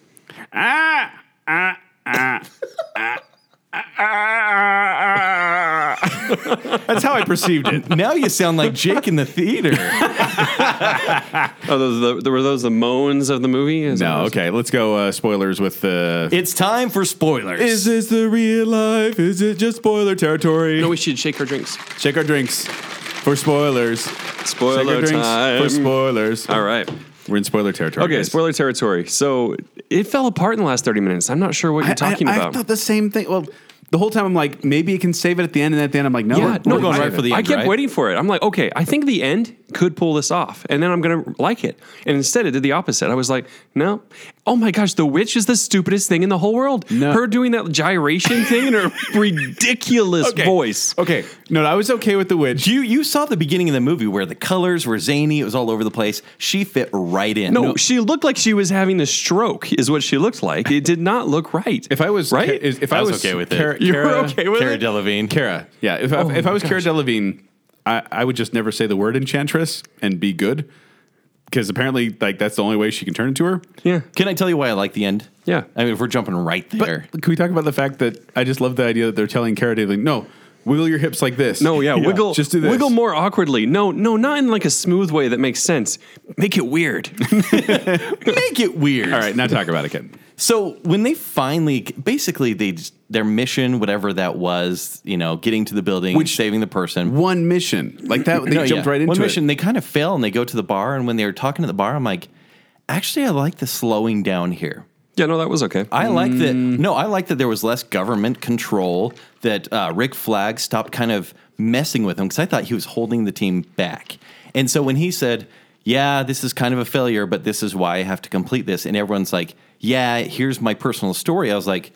Speaker 4: That's how I perceived it.
Speaker 3: Now you sound like Jake in the theater.
Speaker 2: Oh, those the, were those the moans of the movie? Is that what
Speaker 4: No,
Speaker 2: it
Speaker 4: okay, let's go uh, spoilers with the.
Speaker 3: it's time for spoilers.
Speaker 4: Is this the real life? Is it just spoiler territory?
Speaker 2: was? No, we should shake our drinks.
Speaker 4: Check our drinks for spoilers. Check our
Speaker 2: Spoiler
Speaker 4: drinks for
Speaker 2: time.
Speaker 4: spoilers.
Speaker 2: all right.
Speaker 4: We're in spoiler territory.
Speaker 2: Okay,
Speaker 4: guys.
Speaker 2: spoiler territory. So it fell apart in the last 30 minutes. I'm not sure what you're
Speaker 4: I- I-
Speaker 2: talking
Speaker 4: I,
Speaker 2: about.
Speaker 4: thought the same thing. Well, the whole time I'm like, maybe you can save it at the end, and at the end I'm like, no,
Speaker 2: yeah,
Speaker 4: we're-
Speaker 2: no,
Speaker 4: we're
Speaker 3: going
Speaker 2: I,
Speaker 3: right for the
Speaker 2: I
Speaker 3: end,
Speaker 2: kept
Speaker 3: right?
Speaker 2: waiting for it. I'm like, okay, I think the end could pull this off, and then I'm gonna like it. And instead, it did the opposite. I was like, no, oh my gosh, the witch is the stupidest thing in the whole world.
Speaker 4: No.
Speaker 2: Her doing that gyration thing in her ridiculous voice.
Speaker 4: Okay, no, I was okay with the witch.
Speaker 3: you you saw the beginning of the movie where the colors were zany, it was all over the place. She fit right in.
Speaker 2: No, she looked like she was having a stroke. Is what she looked like. It did not look right.
Speaker 4: If I was
Speaker 2: right,
Speaker 4: if if I,
Speaker 3: was
Speaker 4: was,
Speaker 3: okay with it.
Speaker 4: Cara,
Speaker 2: you were
Speaker 4: Cara-
Speaker 2: okay with
Speaker 3: Cara
Speaker 2: it.
Speaker 3: Delevingne.
Speaker 4: Cara, yeah. If I,
Speaker 2: Oh
Speaker 4: if
Speaker 2: my
Speaker 4: I was Cara
Speaker 2: gosh.
Speaker 4: Delevingne, I, I would just never say the word enchantress and be good, because apparently, like that's the only way she can turn into her.
Speaker 2: yeah,
Speaker 3: Can I tell you why I like the end?
Speaker 2: Yeah.
Speaker 3: I mean, if we're jumping right
Speaker 4: But
Speaker 3: there.
Speaker 4: can we talk about the fact that I just love the idea that they're telling Cara Delevingne, no, wiggle your hips like this.
Speaker 2: No, yeah, wiggle,
Speaker 4: Just do this.
Speaker 2: wiggle more awkwardly. No, no, not in like a smooth way that makes sense. Make it weird.
Speaker 3: make it weird.
Speaker 4: All right, now talk about it, Ken.
Speaker 3: So when they finally, basically, they just- their mission, whatever that was, you know, getting to the building,
Speaker 4: Which-
Speaker 3: saving the person.
Speaker 4: One mission, like that, they
Speaker 3: No,
Speaker 4: jumped
Speaker 3: yeah.
Speaker 4: right into
Speaker 3: One
Speaker 4: it.
Speaker 3: mission, they kind of fail and they go to the bar. And when they were talking to the bar, I'm like, actually, I like the slowing down here.
Speaker 2: yeah, no, that was okay.
Speaker 3: I like that.
Speaker 4: Mm.
Speaker 3: No, I like that there was less government control. That uh, Rick Flag stopped kind of messing with him because I thought he was holding the team back. And so when he said, "Yeah, this is kind of a failure, but this is why I have to complete this," and everyone's like, "Yeah, here's my personal story," I was like.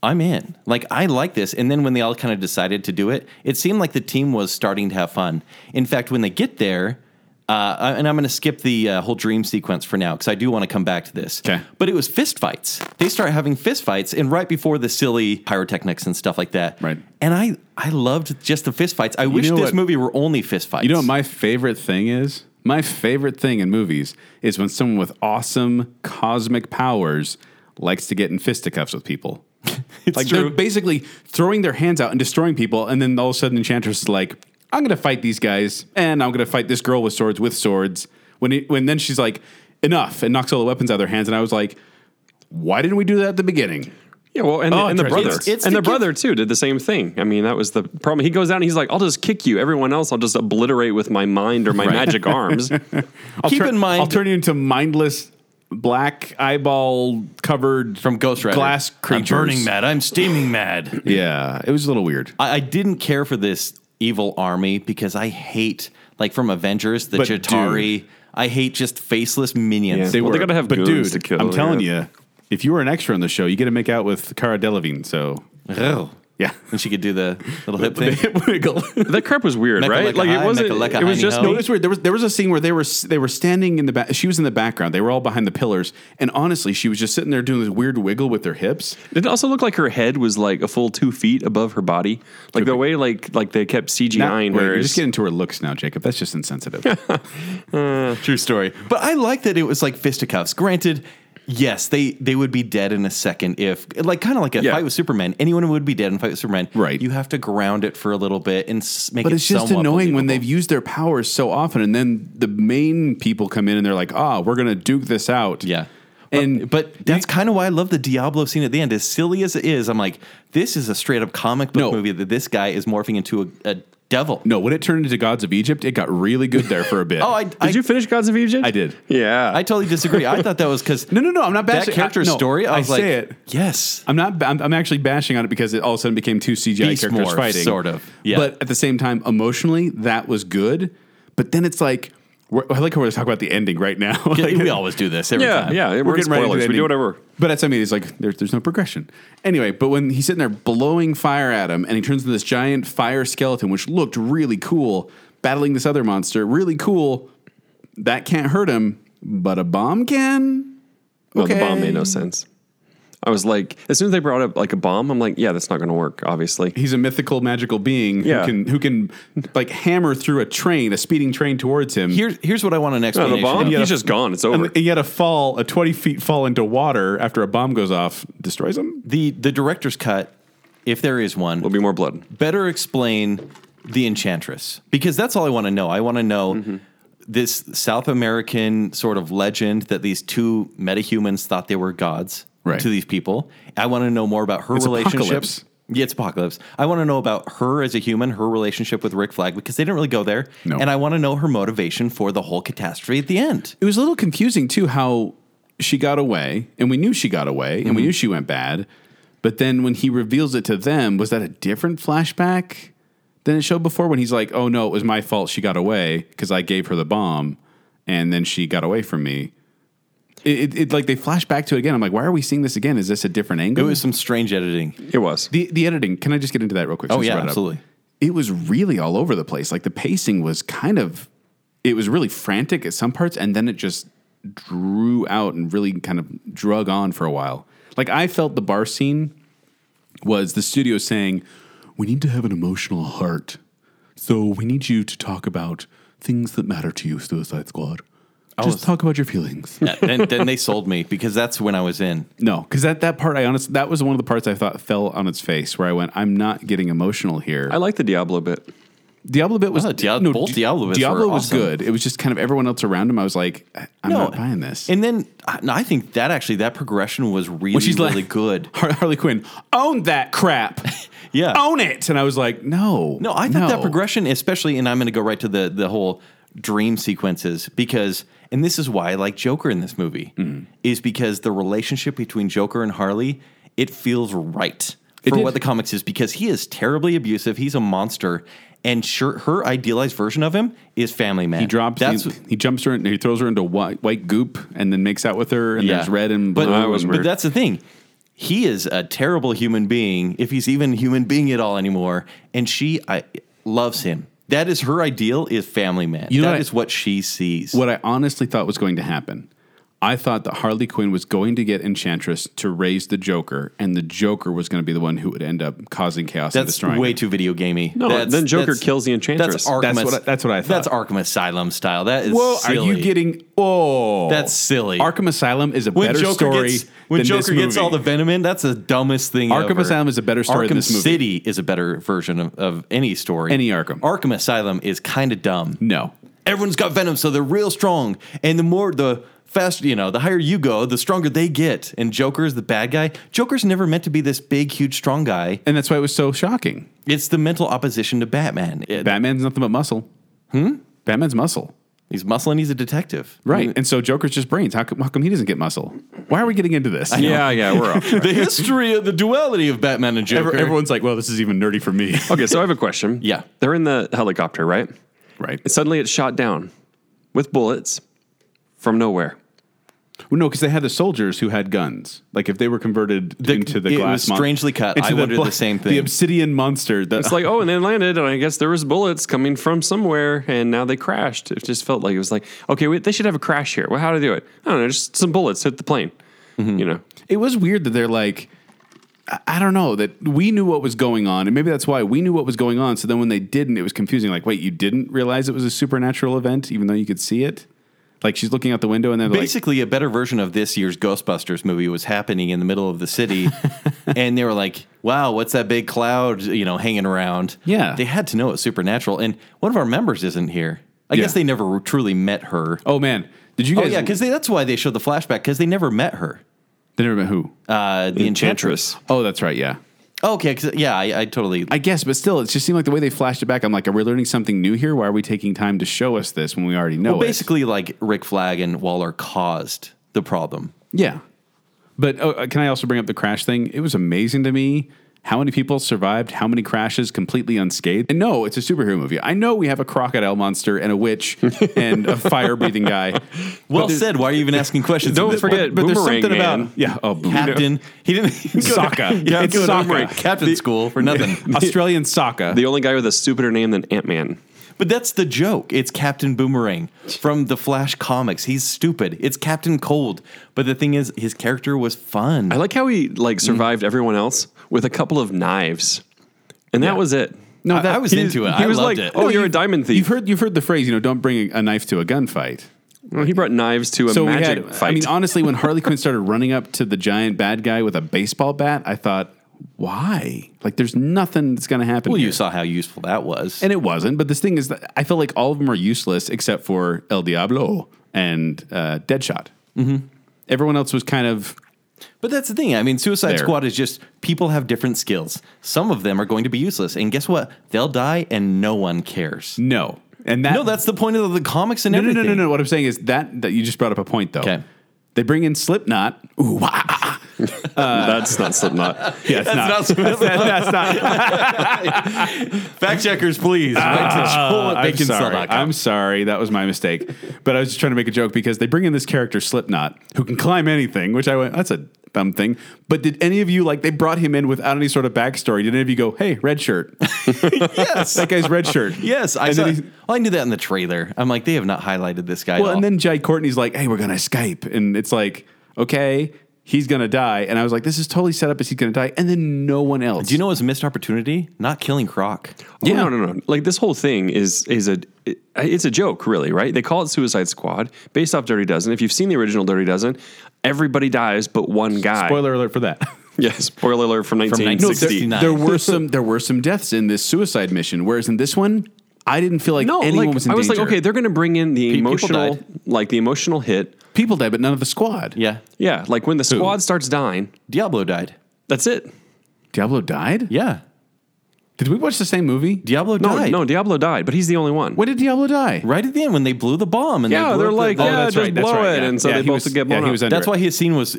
Speaker 3: I'm in. Like I like this. And then when they all kind of decided to do it, it seemed like the team was starting to have fun. In fact, when they get there, uh, I- and I'm going to skip the uh, whole dream sequence for now because I do want to come back to this.
Speaker 4: Okay.
Speaker 3: But it was fist fights. They start having fist fights, and right before the silly pyrotechnics and stuff like that.
Speaker 4: Right.
Speaker 3: And I I loved just the fist fights. I wish
Speaker 4: know
Speaker 3: this
Speaker 4: what-
Speaker 3: movie were only fist fights.
Speaker 4: You know what my favorite thing is? My favorite thing in movies is when someone with awesome cosmic powers likes to get in fisticuffs with people. it's like they're
Speaker 3: true.
Speaker 4: basically throwing their hands out and destroying people, and then all of a sudden Enchantress is like, I'm gonna fight these guys, and I'm gonna fight this girl with swords with swords. When it, when then she's like, Enough, and knocks all the weapons out of their hands, and I was like, Why didn't we do that at the beginning?
Speaker 2: Yeah, well, and,
Speaker 4: Oh,
Speaker 2: and the
Speaker 4: interesting.
Speaker 2: brother,
Speaker 4: It's-
Speaker 3: it's
Speaker 2: and
Speaker 3: the
Speaker 2: the brother too did the same thing. I mean, that was the problem. He goes down, and he's like, "I'll just kick you. Everyone else, I'll just obliterate with my mind or my magic arms."
Speaker 4: I'll
Speaker 3: Keep
Speaker 4: turn-
Speaker 3: in mind-
Speaker 4: I'll turn you into mindless black eyeball covered
Speaker 3: from Ghost Rider
Speaker 4: glass creatures.
Speaker 3: I'm burning mad. I'm steaming mad.
Speaker 4: Yeah, it was a little weird.
Speaker 3: I, I didn't care for this evil army because I hate like from Avengers the
Speaker 4: But
Speaker 3: Jatari.
Speaker 4: dude.
Speaker 3: I hate just faceless minions.
Speaker 2: They Well, they gotta have
Speaker 4: but
Speaker 2: goons
Speaker 4: dude,
Speaker 2: to kill,
Speaker 4: I'm telling
Speaker 2: yeah.
Speaker 4: you, if you were an extra on the show, you get to make out with Cara Delevingne. So
Speaker 3: Oh.
Speaker 4: yeah,
Speaker 3: And she could do the little hip thing.
Speaker 4: wiggle.
Speaker 2: that crap was weird,
Speaker 3: Mecha
Speaker 2: right?
Speaker 3: Lecca
Speaker 2: Like it
Speaker 3: Hi,
Speaker 2: wasn't.
Speaker 3: Mecha Lecca
Speaker 2: it was
Speaker 3: Hi,
Speaker 2: just
Speaker 3: Ni
Speaker 4: No,
Speaker 3: Ho.
Speaker 2: no.
Speaker 4: it was weird. There was there was a scene where they were s- they were standing in the back. She was in the background. They were all behind the pillars, and honestly, she was just sitting there doing this weird wiggle with her hips.
Speaker 2: It also looked like her head was like a full two feet above her body, like the way like like they kept CGIing
Speaker 4: wait,
Speaker 2: her.
Speaker 4: you're
Speaker 2: is-
Speaker 4: just getting to her looks now, Jacob. That's just insensitive.
Speaker 2: Uh,
Speaker 3: True story. But I like that it was like fisticuffs. Granted, yes, they they would be dead in a second if like kind of like a
Speaker 2: Yeah.
Speaker 3: fight with Superman. Anyone would be dead in a fight with Superman.
Speaker 4: Right.
Speaker 3: You have to ground it for a little bit and s- make
Speaker 4: But
Speaker 3: it
Speaker 4: it's just
Speaker 3: somewhat
Speaker 4: annoying when they've
Speaker 3: believable.
Speaker 4: used their powers so often, and then the main people come in and they're like, "Ah, we're gonna duke this out."
Speaker 3: Yeah.
Speaker 4: and
Speaker 3: But that's kind of why I love the Diablo scene at the end. As silly as it is, I'm like, this is a straight up comic book
Speaker 4: No.
Speaker 3: movie that this guy is morphing into a, a devil.
Speaker 4: No, when it turned into Gods of Egypt, it got really good there for a bit.
Speaker 3: Oh, I, I,
Speaker 2: Did you finish Gods of Egypt?
Speaker 4: I did.
Speaker 2: Yeah,
Speaker 3: I totally disagree. I thought that was because
Speaker 4: No, no, no. I'm not
Speaker 3: that
Speaker 4: bashing
Speaker 3: character's
Speaker 4: I- no,
Speaker 3: story. I
Speaker 4: I
Speaker 3: was like,
Speaker 4: say it.
Speaker 3: yes,
Speaker 4: I'm not. I'm, I'm actually bashing on it because it all of a sudden became two CGI
Speaker 3: Beast
Speaker 4: characters
Speaker 3: morph,
Speaker 4: fighting,
Speaker 3: sort of. Yeah.
Speaker 4: But at the same time, emotionally, that was good. But then it's like, we're, I like how we're talking about the ending right now. Like,
Speaker 3: we always do this every
Speaker 2: yeah,
Speaker 3: time.
Speaker 2: yeah. We're, getting
Speaker 4: ready
Speaker 2: spoilers.
Speaker 4: to the
Speaker 2: We do
Speaker 4: ending.
Speaker 2: whatever.
Speaker 4: But that's what I mean. It's like there's there's no progression. Anyway, but when he's sitting there blowing fire at him, and he turns into this giant fire skeleton, which looked really cool. battling this other monster. Really cool. That can't hurt him, but a bomb can.
Speaker 2: No, the bomb
Speaker 4: Okay.
Speaker 2: made no sense. I was like, as soon as they brought up like a bomb, I'm like, yeah, that's not going to work, obviously.
Speaker 4: He's a mythical, magical being
Speaker 2: Yeah.
Speaker 4: who can who can like hammer through a train, a speeding train towards him.
Speaker 3: Here's here's what I want an
Speaker 2: No,
Speaker 3: explanation.
Speaker 2: the bomb,
Speaker 3: of.
Speaker 2: he's just gone. It's over.
Speaker 4: and he had a fall, a twenty feet fall into water after a bomb goes off, destroys him.
Speaker 3: the the director's cut, if there is one,
Speaker 2: There'll be more blood.
Speaker 3: better explain the enchantress because that's all I want to know. I want to know this South American sort of legend that these two metahumans thought they were gods
Speaker 4: Right.
Speaker 3: to these people. I want to know more about her
Speaker 4: It's
Speaker 3: relationship.
Speaker 4: apocalypse.
Speaker 3: Yeah, it's apocalypse. I want to know about her as a human, her relationship with Rick Flag because they didn't really go there,
Speaker 4: No.
Speaker 3: and I want to know her motivation for the whole catastrophe at the end.
Speaker 4: It was a little confusing too how she got away, and we knew she got away,
Speaker 3: Mm-hmm.
Speaker 4: and we knew she went bad. But then when he reveals it to them, was that a different flashback than it showed before? When he's like, "Oh no, it was my fault. She got away because I gave her the bomb, and then she got away from me." It, it, it like they flash back to it again. I'm like, why are we seeing this again? Is this a different
Speaker 3: It
Speaker 4: angle?
Speaker 3: was some strange editing.
Speaker 2: It was.
Speaker 4: the the editing. Can I just get into that real quick?
Speaker 3: Oh
Speaker 4: since you
Speaker 3: yeah,
Speaker 4: brought it up?
Speaker 3: absolutely.
Speaker 4: it was really all over the place. Like the pacing was kind of, it was really frantic at some parts, and then it just drew out and really kind of drug on for a while. Like I felt the bar scene was the studio saying, "We need to have an emotional heart, so we need you to talk about things that matter to you, Suicide Squad. Just talk about your feelings."
Speaker 3: Yeah, then, then they sold me because that's when I was in.
Speaker 4: No, because that that part, I honestly, that was one of the parts I thought fell on its face, where I went, "I'm not getting emotional here."
Speaker 2: I like the Diablo bit.
Speaker 4: Diablo bit was
Speaker 3: Oh, Dia- both Diablo bits
Speaker 4: Diablo
Speaker 3: were
Speaker 4: was
Speaker 3: awesome.
Speaker 4: good. It was just kind of everyone else around him. I was like, I- I'm not buying this.
Speaker 3: And then I no, I think that actually that progression was really
Speaker 4: Well, she's like-
Speaker 3: really good.
Speaker 4: Har- Harley Quinn own that crap,
Speaker 3: Yeah.
Speaker 4: own it. And I was like, Oh, no,
Speaker 3: No, I thought that progression, especially, and I'm going to go right to the the whole dream sequences because, and this is why I like Joker in this movie,
Speaker 4: Mm-hmm.
Speaker 3: is because the relationship between Joker and Harley it feels right
Speaker 4: It
Speaker 3: for
Speaker 4: did.
Speaker 3: what the comics is because he is terribly abusive. He's a monster. And sure, her idealized version of him is Family Man.
Speaker 4: He drops.
Speaker 3: That's
Speaker 4: he, he jumps her. In, he throws her into white, white goop, and then makes out with her. And
Speaker 3: Yeah.
Speaker 4: there's red and blue.
Speaker 3: But,
Speaker 2: That was
Speaker 4: and-
Speaker 3: but
Speaker 2: weird.
Speaker 3: that's the thing. He is a terrible human being, if he's even a human being at all anymore. And she I, loves him. That is her ideal is family man. That is
Speaker 4: know what I-
Speaker 3: what she sees.
Speaker 4: What I honestly thought was going to happen, I thought that Harley Quinn was going to get Enchantress to raise the Joker, and the Joker was going to be the one who would end up causing chaos and
Speaker 3: that's
Speaker 4: destroying.
Speaker 3: way
Speaker 4: her.
Speaker 3: too video gamey.
Speaker 2: No,
Speaker 3: that's,
Speaker 2: then Joker
Speaker 3: that's-
Speaker 2: kills the Enchantress.
Speaker 3: That's Arkham.
Speaker 4: That's what I- that's what I thought.
Speaker 3: That's Arkham Asylum style. That is.
Speaker 4: Whoa, are
Speaker 3: silly.
Speaker 4: you getting? Oh,
Speaker 3: That's silly.
Speaker 4: Arkham Asylum is a
Speaker 3: when
Speaker 4: better
Speaker 3: Joker
Speaker 4: story
Speaker 3: gets when
Speaker 4: than
Speaker 3: Joker
Speaker 4: this
Speaker 3: gets
Speaker 4: movie.
Speaker 3: all the venom in? That's the dumbest thing.
Speaker 4: Arkham
Speaker 3: ever.
Speaker 4: Asylum is a better story
Speaker 3: Arkham
Speaker 4: than this movie.
Speaker 3: City is a better version of, of any story.
Speaker 4: Any Arkham.
Speaker 3: Arkham Asylum is kind of dumb.
Speaker 4: no.
Speaker 3: everyone's got venom, so they're real strong. And the more the faster, you know, the higher you go, the stronger they get. And Joker is the bad guy. Joker's never meant to be this big, huge, strong guy.
Speaker 4: And that's why it was so shocking.
Speaker 3: It's the mental opposition to Batman. It-
Speaker 4: Batman's nothing but muscle. Hmm? Batman's muscle.
Speaker 3: he's muscle and he's a detective.
Speaker 4: Right. And so Joker's just brains. How come, how come he doesn't get muscle? Why are we getting into this?
Speaker 2: Yeah, yeah, we're off.
Speaker 3: The history of the duality of Batman and Joker.
Speaker 4: Ever- everyone's like, well, this is even nerdy for me.
Speaker 2: Okay, so I have a question.
Speaker 3: Yeah.
Speaker 2: They're in the helicopter, right?
Speaker 4: right.
Speaker 2: And suddenly it's shot down with bullets from nowhere.
Speaker 4: Well, no, because they had the soldiers who had guns. Like if they were converted into the
Speaker 3: it
Speaker 4: glass
Speaker 3: was strangely cut.
Speaker 4: into
Speaker 3: I wondered
Speaker 4: bla-
Speaker 3: the same
Speaker 4: The
Speaker 3: thing.
Speaker 4: obsidian monster. That,
Speaker 2: It's like, oh, and they landed, and I guess there was bullets coming from somewhere, and now they crashed. It just felt like it was like, okay, wait, they should have a crash here. Well, how do they do it? I don't know, just some bullets hit the plane. You know,
Speaker 4: it was weird that they're like I- I don't know that we knew what was going on, and maybe that's why we knew what was going on. So then, when they didn't, it was confusing. Like, wait, you didn't realize it was a supernatural event, even though you could see it. Like she's looking out the window, and then like,
Speaker 3: Basically, a better version of this year's Ghostbusters movie was happening in the middle of the city, and they were like, "Wow, what's that big cloud? You know, hanging around?"
Speaker 4: Yeah.
Speaker 3: they had to know it's supernatural. And one of our members isn't here. I
Speaker 4: Yeah.
Speaker 3: guess they never truly met her.
Speaker 4: oh man, did you
Speaker 3: Oh
Speaker 4: guys?
Speaker 3: yeah, because that's why they showed the flashback because they never met her,
Speaker 4: they never met who.
Speaker 3: uh, the enchantress.
Speaker 4: oh, that's right. Yeah,
Speaker 3: Oh, okay, 'cause- yeah, I, I totally.
Speaker 4: I guess, but still, it just seemed like the way they flashed it back. I'm like, are we learning something new here? Why are we taking time to show us this when we already know
Speaker 3: well,
Speaker 4: it?
Speaker 3: basically, like Rick Flag and Waller caused the problem.
Speaker 4: Yeah. But oh, uh, can I also bring up the crash thing? It was amazing to me how many people survived, how many crashes completely unscathed. And no, it's a superhero movie. I know we have a crocodile monster and a witch and a fire breathing guy.
Speaker 3: Well said. Why are you even asking questions? at
Speaker 2: Don't
Speaker 3: this
Speaker 2: forget
Speaker 3: point?
Speaker 4: But there's
Speaker 2: Boomerang
Speaker 4: something
Speaker 2: Man.
Speaker 4: about yeah, oh, boom.
Speaker 3: Captain. He didn't.
Speaker 4: Sokka.
Speaker 3: yeah,
Speaker 4: It's
Speaker 3: it's
Speaker 4: Sokka.
Speaker 3: Captain school for nothing.
Speaker 4: Australian Sokka.
Speaker 2: the only guy with a stupider name than Ant Man.
Speaker 3: But that's the joke. It's Captain Boomerang from the Flash comics. He's stupid. It's Captain Cold. But the thing is, his character was fun.
Speaker 2: I like how he
Speaker 4: Hmm.
Speaker 2: like survived everyone else with a couple of knives, and that was it.
Speaker 4: No,
Speaker 3: I-
Speaker 4: that-
Speaker 3: I was
Speaker 2: he-
Speaker 3: into it.
Speaker 2: he
Speaker 3: I
Speaker 2: was
Speaker 3: loved
Speaker 2: like,
Speaker 3: it.
Speaker 2: "Oh,
Speaker 3: No,
Speaker 2: you're a
Speaker 3: you've-
Speaker 2: diamond thief."
Speaker 4: You've heard you've heard the phrase, you know, don't bring a knife to a gunfight.
Speaker 2: Well, he brought knives to a
Speaker 4: So we
Speaker 2: magic
Speaker 4: had,
Speaker 2: fight.
Speaker 4: I mean, honestly, when Harley Quinn started running up to the giant bad guy with a baseball bat, I thought, why? Like, there's nothing that's going to happen.
Speaker 3: well,
Speaker 4: here.
Speaker 3: you saw how useful that was.
Speaker 4: and it wasn't. But this thing is, that I feel like all of them are useless except for El Diablo and uh, Deadshot. Mm-hmm. Everyone else was kind of
Speaker 3: But that's the thing. I mean, Suicide
Speaker 4: There.
Speaker 3: Squad is just people have different skills. Some of them are going to be useless, and guess what? They'll die, and no one cares.
Speaker 4: no, and that
Speaker 3: No, that's the point of the comics and
Speaker 4: no, no,
Speaker 3: everything.
Speaker 4: no, no, no. What I'm saying is that that you just brought up a point though.
Speaker 3: Okay.
Speaker 4: They bring in Slipknot. Ooh, wow.
Speaker 2: that's not Slipknot.
Speaker 4: yeah, it's not.
Speaker 3: That's not-
Speaker 4: that's not. Uh,
Speaker 3: Fact checkers, please. Back to Joel at
Speaker 4: I'm
Speaker 3: Bacon Cell
Speaker 4: sorry.
Speaker 3: dot com.
Speaker 4: I'm sorry. That was my mistake. But I was just trying to make a joke because they bring in this character Slipknot who can climb anything, which I went. That's a dumb thing. But did any of you like? They brought him in without any sort of backstory. Did any of you go, "Hey, red shirt"?
Speaker 3: yes.
Speaker 4: that guy's red shirt.
Speaker 3: yes, I
Speaker 4: And
Speaker 3: saw.
Speaker 4: then
Speaker 3: Well,
Speaker 4: he's-
Speaker 3: I knew that in the trailer. I'm like, they have not highlighted this guy.
Speaker 4: Well,
Speaker 3: at all.
Speaker 4: and then Jai Courtney's like, "Hey, we're gonna Skype," and it's like, "Okay, he's gonna die." And I was like, "This is totally set up as he's gonna die," and then no one else.
Speaker 3: do you know what's a missed opportunity? Not killing Croc.
Speaker 2: Yeah, no, no, no. Like this whole thing is is a it- it's a joke, really, right? They call it Suicide Squad based off Dirty Dozen. If you've seen the original Dirty Dozen, everybody dies but one guy.
Speaker 4: Spoiler alert for that.
Speaker 2: yeah, spoiler alert from
Speaker 4: No,
Speaker 2: 1960.
Speaker 4: there,
Speaker 3: 69.
Speaker 4: there were some there were some deaths in this suicide mission, whereas in this one, I didn't feel like
Speaker 2: No,
Speaker 4: anyone
Speaker 2: like,
Speaker 4: was in
Speaker 2: I was
Speaker 4: danger.
Speaker 2: like, okay, they're going to bring in the
Speaker 3: people
Speaker 2: emotional,
Speaker 3: died.
Speaker 2: like the emotional hit.
Speaker 4: people died, but none of the squad.
Speaker 3: Yeah,
Speaker 2: Yeah, like when the squad starts dying,
Speaker 3: Diablo died.
Speaker 2: that's it.
Speaker 4: Diablo died.
Speaker 3: Yeah,
Speaker 4: Did we watch the same movie?
Speaker 3: Diablo
Speaker 2: No,
Speaker 3: died.
Speaker 2: no, Diablo died, but he's the only one.
Speaker 4: when did Diablo die?
Speaker 2: Oh,
Speaker 3: right at the end when they blew the bomb and
Speaker 2: Yeah,
Speaker 3: they blew
Speaker 2: they're
Speaker 3: up the-
Speaker 2: like,
Speaker 3: the-
Speaker 2: yeah, just blow it, and so they
Speaker 4: he
Speaker 2: both
Speaker 4: was-
Speaker 2: get blown
Speaker 4: Yeah, he
Speaker 2: up.
Speaker 4: was under
Speaker 3: That's
Speaker 4: it.
Speaker 3: why his scene was,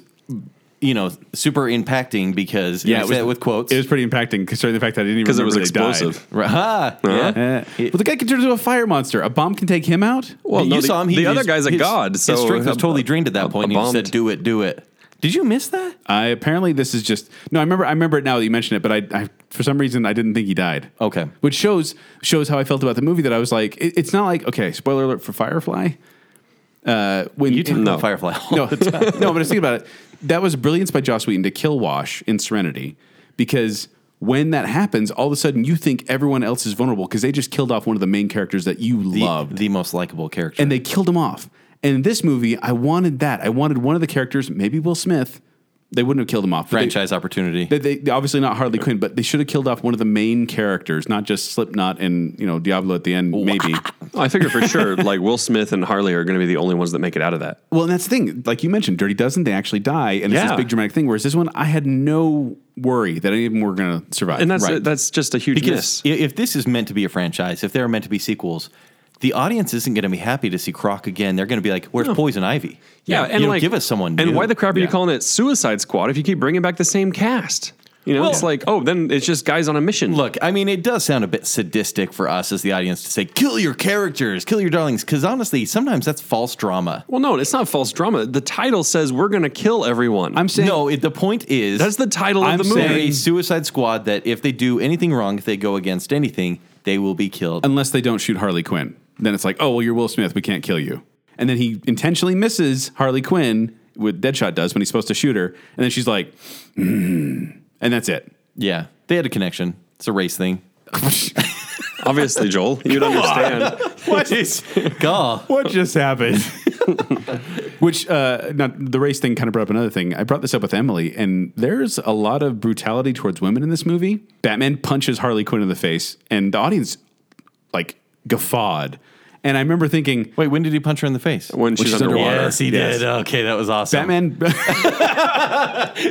Speaker 3: you know, super impacting because yeah, it was, with quotes.
Speaker 4: It was pretty impacting, considering the fact that I didn't even
Speaker 2: because it was
Speaker 4: remember they died.
Speaker 2: explosive.
Speaker 3: Right. Ah,
Speaker 4: Eh.
Speaker 2: Uh,
Speaker 3: yeah.
Speaker 4: well, the guy can turn into a fire monster. A bomb can take him out.
Speaker 2: Well,
Speaker 3: you
Speaker 2: no, the-
Speaker 3: saw him. He
Speaker 2: the other
Speaker 3: his-
Speaker 2: guy's a
Speaker 3: his-
Speaker 2: god, so
Speaker 3: his strength was
Speaker 2: a-
Speaker 3: totally drained at
Speaker 2: a-
Speaker 3: that point.
Speaker 2: a
Speaker 3: and he just said,
Speaker 2: bombed.
Speaker 3: "Do it, do it." Did you miss that?
Speaker 4: I apparently this is just no. I remember. I remember it now that you mentioned it, but I, I for some reason I didn't think he died.
Speaker 3: Okay.
Speaker 4: which shows shows how I felt about the movie. That I was like, it- it's not like okay. Spoiler alert for Firefly. Uh, when
Speaker 3: You talk
Speaker 4: no.
Speaker 3: about Firefly.
Speaker 4: no, no, but I was thinking about it. That was brilliance by Joss Whedon to kill Wash in Serenity because when that happens, all of a sudden you think everyone else is vulnerable because they just killed off one of the main characters that you
Speaker 3: the,
Speaker 4: loved
Speaker 3: the most likable character.
Speaker 4: and they killed him off. And in this movie, I wanted that. I wanted one of the characters, maybe Will Smith. They wouldn't have killed him off. but they-
Speaker 3: franchise opportunity.
Speaker 4: They, they, they- obviously not Harley Quinn, but they should have killed off one of the main characters, not just Slipknot and you know Diablo at the end, maybe.
Speaker 2: I figure for sure, like Will Smith and Harley are going to be the only ones that make it out of that.
Speaker 4: well, and that's the thing. Like you mentioned, Dirty Dozen, they actually die, and it's
Speaker 2: Yeah.
Speaker 4: this big dramatic thing. Whereas this one, I had no worry that any of them were going to survive.
Speaker 2: And that's
Speaker 3: Right.
Speaker 2: that's just a huge miss.
Speaker 3: because i- if this is meant to be a franchise, if there are meant to be sequels, the audience isn't going to be happy to see Croc again. They're going to be like, "Where's Poison Ivy?"
Speaker 2: Yeah,
Speaker 3: you
Speaker 2: and
Speaker 3: don't
Speaker 2: like
Speaker 3: give us someone.
Speaker 2: And
Speaker 3: new.
Speaker 2: why the crap are you
Speaker 4: Yeah.
Speaker 2: calling it Suicide Squad if you keep bringing back the same cast? You know, it's
Speaker 3: Well-
Speaker 2: like, oh, then it's just guys on a mission.
Speaker 3: Look, I mean, it does sound a bit sadistic for us as the audience to say, "Kill your characters, kill your darlings," because honestly, sometimes that's false drama.
Speaker 2: Well, no, it's not false drama. The title says we're going to kill everyone.
Speaker 4: I'm saying
Speaker 3: no, it, the point is
Speaker 2: that's the title
Speaker 4: I'm
Speaker 2: of the movie.
Speaker 3: they're a
Speaker 4: saying-
Speaker 3: Suicide Squad that if they do anything wrong, if they go against anything, they will be killed.
Speaker 4: unless they don't shoot Harley Quinn, then it's like, oh well, you're Will Smith, we can't kill you. And then he intentionally misses Harley Quinn, what Deadshot does when he's supposed to shoot her, and then she's like, mm, and that's it.
Speaker 3: yeah, they had a connection. It's a race thing.
Speaker 2: Obviously, Joel, you'd understand.
Speaker 4: What is?
Speaker 3: Gah.
Speaker 4: what just happened? Which uh, not the race thing kind of brought up another thing. I brought this up with Emily, and there's a lot of brutality towards women in this movie. Batman punches Harley Quinn in the face, and the audience like guffawed. And I remember thinking,
Speaker 3: Wait, when did he punch her in the face?
Speaker 2: When she's,
Speaker 4: she's
Speaker 2: underwater.
Speaker 4: underwater.
Speaker 3: Yes, he
Speaker 4: Yes.
Speaker 3: did. Okay, that was awesome.
Speaker 4: Batman.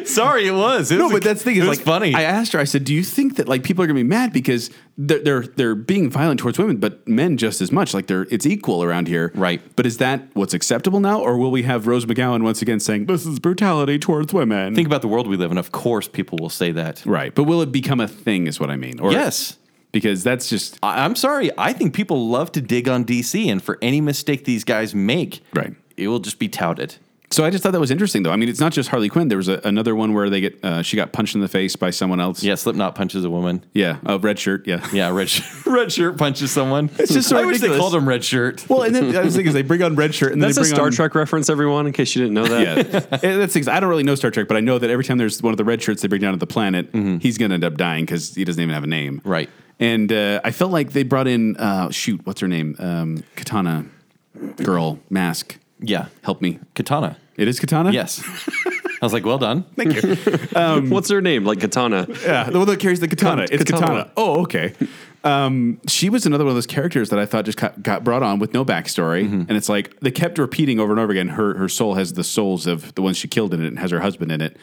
Speaker 3: Sorry, it was. It
Speaker 4: no,
Speaker 3: was
Speaker 4: but that's the thing. Is
Speaker 3: it was
Speaker 4: like
Speaker 3: funny.
Speaker 4: I asked her. I said, "Do you think that like people are gonna be mad because they're they're, they're being violent towards women, but men just as much? Like they're it's equal around here,
Speaker 3: Right.
Speaker 4: But is that what's acceptable now, or will we have Rose McGowan once again saying this is brutality towards women?
Speaker 3: Think about the world we live in. Of course, people will say that.
Speaker 4: right, but will it become a thing? Is what I mean. Or
Speaker 3: Yes.
Speaker 4: because that's just
Speaker 3: I, I'm sorry. I think people love to dig on DC, and for any mistake these guys make,
Speaker 4: Right.
Speaker 3: it will just be touted.
Speaker 4: So I just thought that was interesting, though. I mean, it's not just Harley Quinn. There was a, another one where they get uh, she got punched in the face by someone else.
Speaker 3: Yeah, Slipknot punches a woman.
Speaker 4: yeah, a red shirt. Yeah,
Speaker 3: Yeah, red shirt, red shirt punches someone. It's
Speaker 4: just so
Speaker 3: I wish they
Speaker 4: ridiculous.
Speaker 3: called him red shirt.
Speaker 4: Well, and then I was thinking is they bring on red shirt, and then
Speaker 2: That's
Speaker 4: they
Speaker 2: a
Speaker 4: bring
Speaker 2: Star
Speaker 4: on,
Speaker 2: Trek reference, everyone, in case you didn't know that.
Speaker 4: Yeah, And that's things. I don't really know Star Trek, but I know that every time there's one of the red shirts they bring down to the planet, he's going to end up dying because he doesn't even have a name.
Speaker 3: Mm-hmm. Right.
Speaker 4: And uh, I felt like they brought in uh, shoot, what's her name? Um, Katana girl mask.
Speaker 3: Yeah,
Speaker 4: Help me.
Speaker 3: katana.
Speaker 4: It is Katana.
Speaker 3: Yes, I was like, well done.
Speaker 4: Thank you.
Speaker 2: What's her name? Like Katana.
Speaker 4: Yeah, the one that carries the katana.
Speaker 2: Kat-
Speaker 4: it's katana.
Speaker 2: katana.
Speaker 4: Oh, okay. Um, she was another one of those characters that I thought just got, got brought on with no backstory,
Speaker 3: Mm-hmm.
Speaker 4: and it's like they kept repeating over and over again. Her her soul has the souls of the ones she killed in it, and has her husband in it,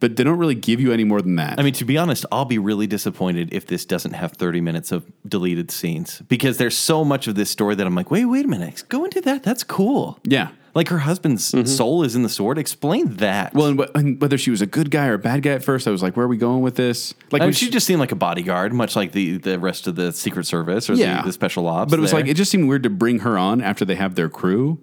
Speaker 4: but they don't really give you any more than that.
Speaker 3: I mean, to be honest, I'll be really disappointed if this doesn't have 30 minutes of deleted scenes because there's so much of this story that I'm like, wait, wait a minute, go into that. That's cool.
Speaker 4: yeah. Mm-hmm.
Speaker 3: Like her husband's soul is in the sword. Explain that.
Speaker 4: Well, and, wh- and whether she was a good guy or a bad guy at first, I was like, where are we going with this? Like,
Speaker 3: I mean,
Speaker 4: when
Speaker 3: she just seemed like a bodyguard, much like the, the rest of the Secret Service or
Speaker 4: yeah,
Speaker 3: the, the special ops.
Speaker 4: But it was
Speaker 3: there. Mm-hmm.
Speaker 4: like it just seemed weird to bring her on after they have their crew.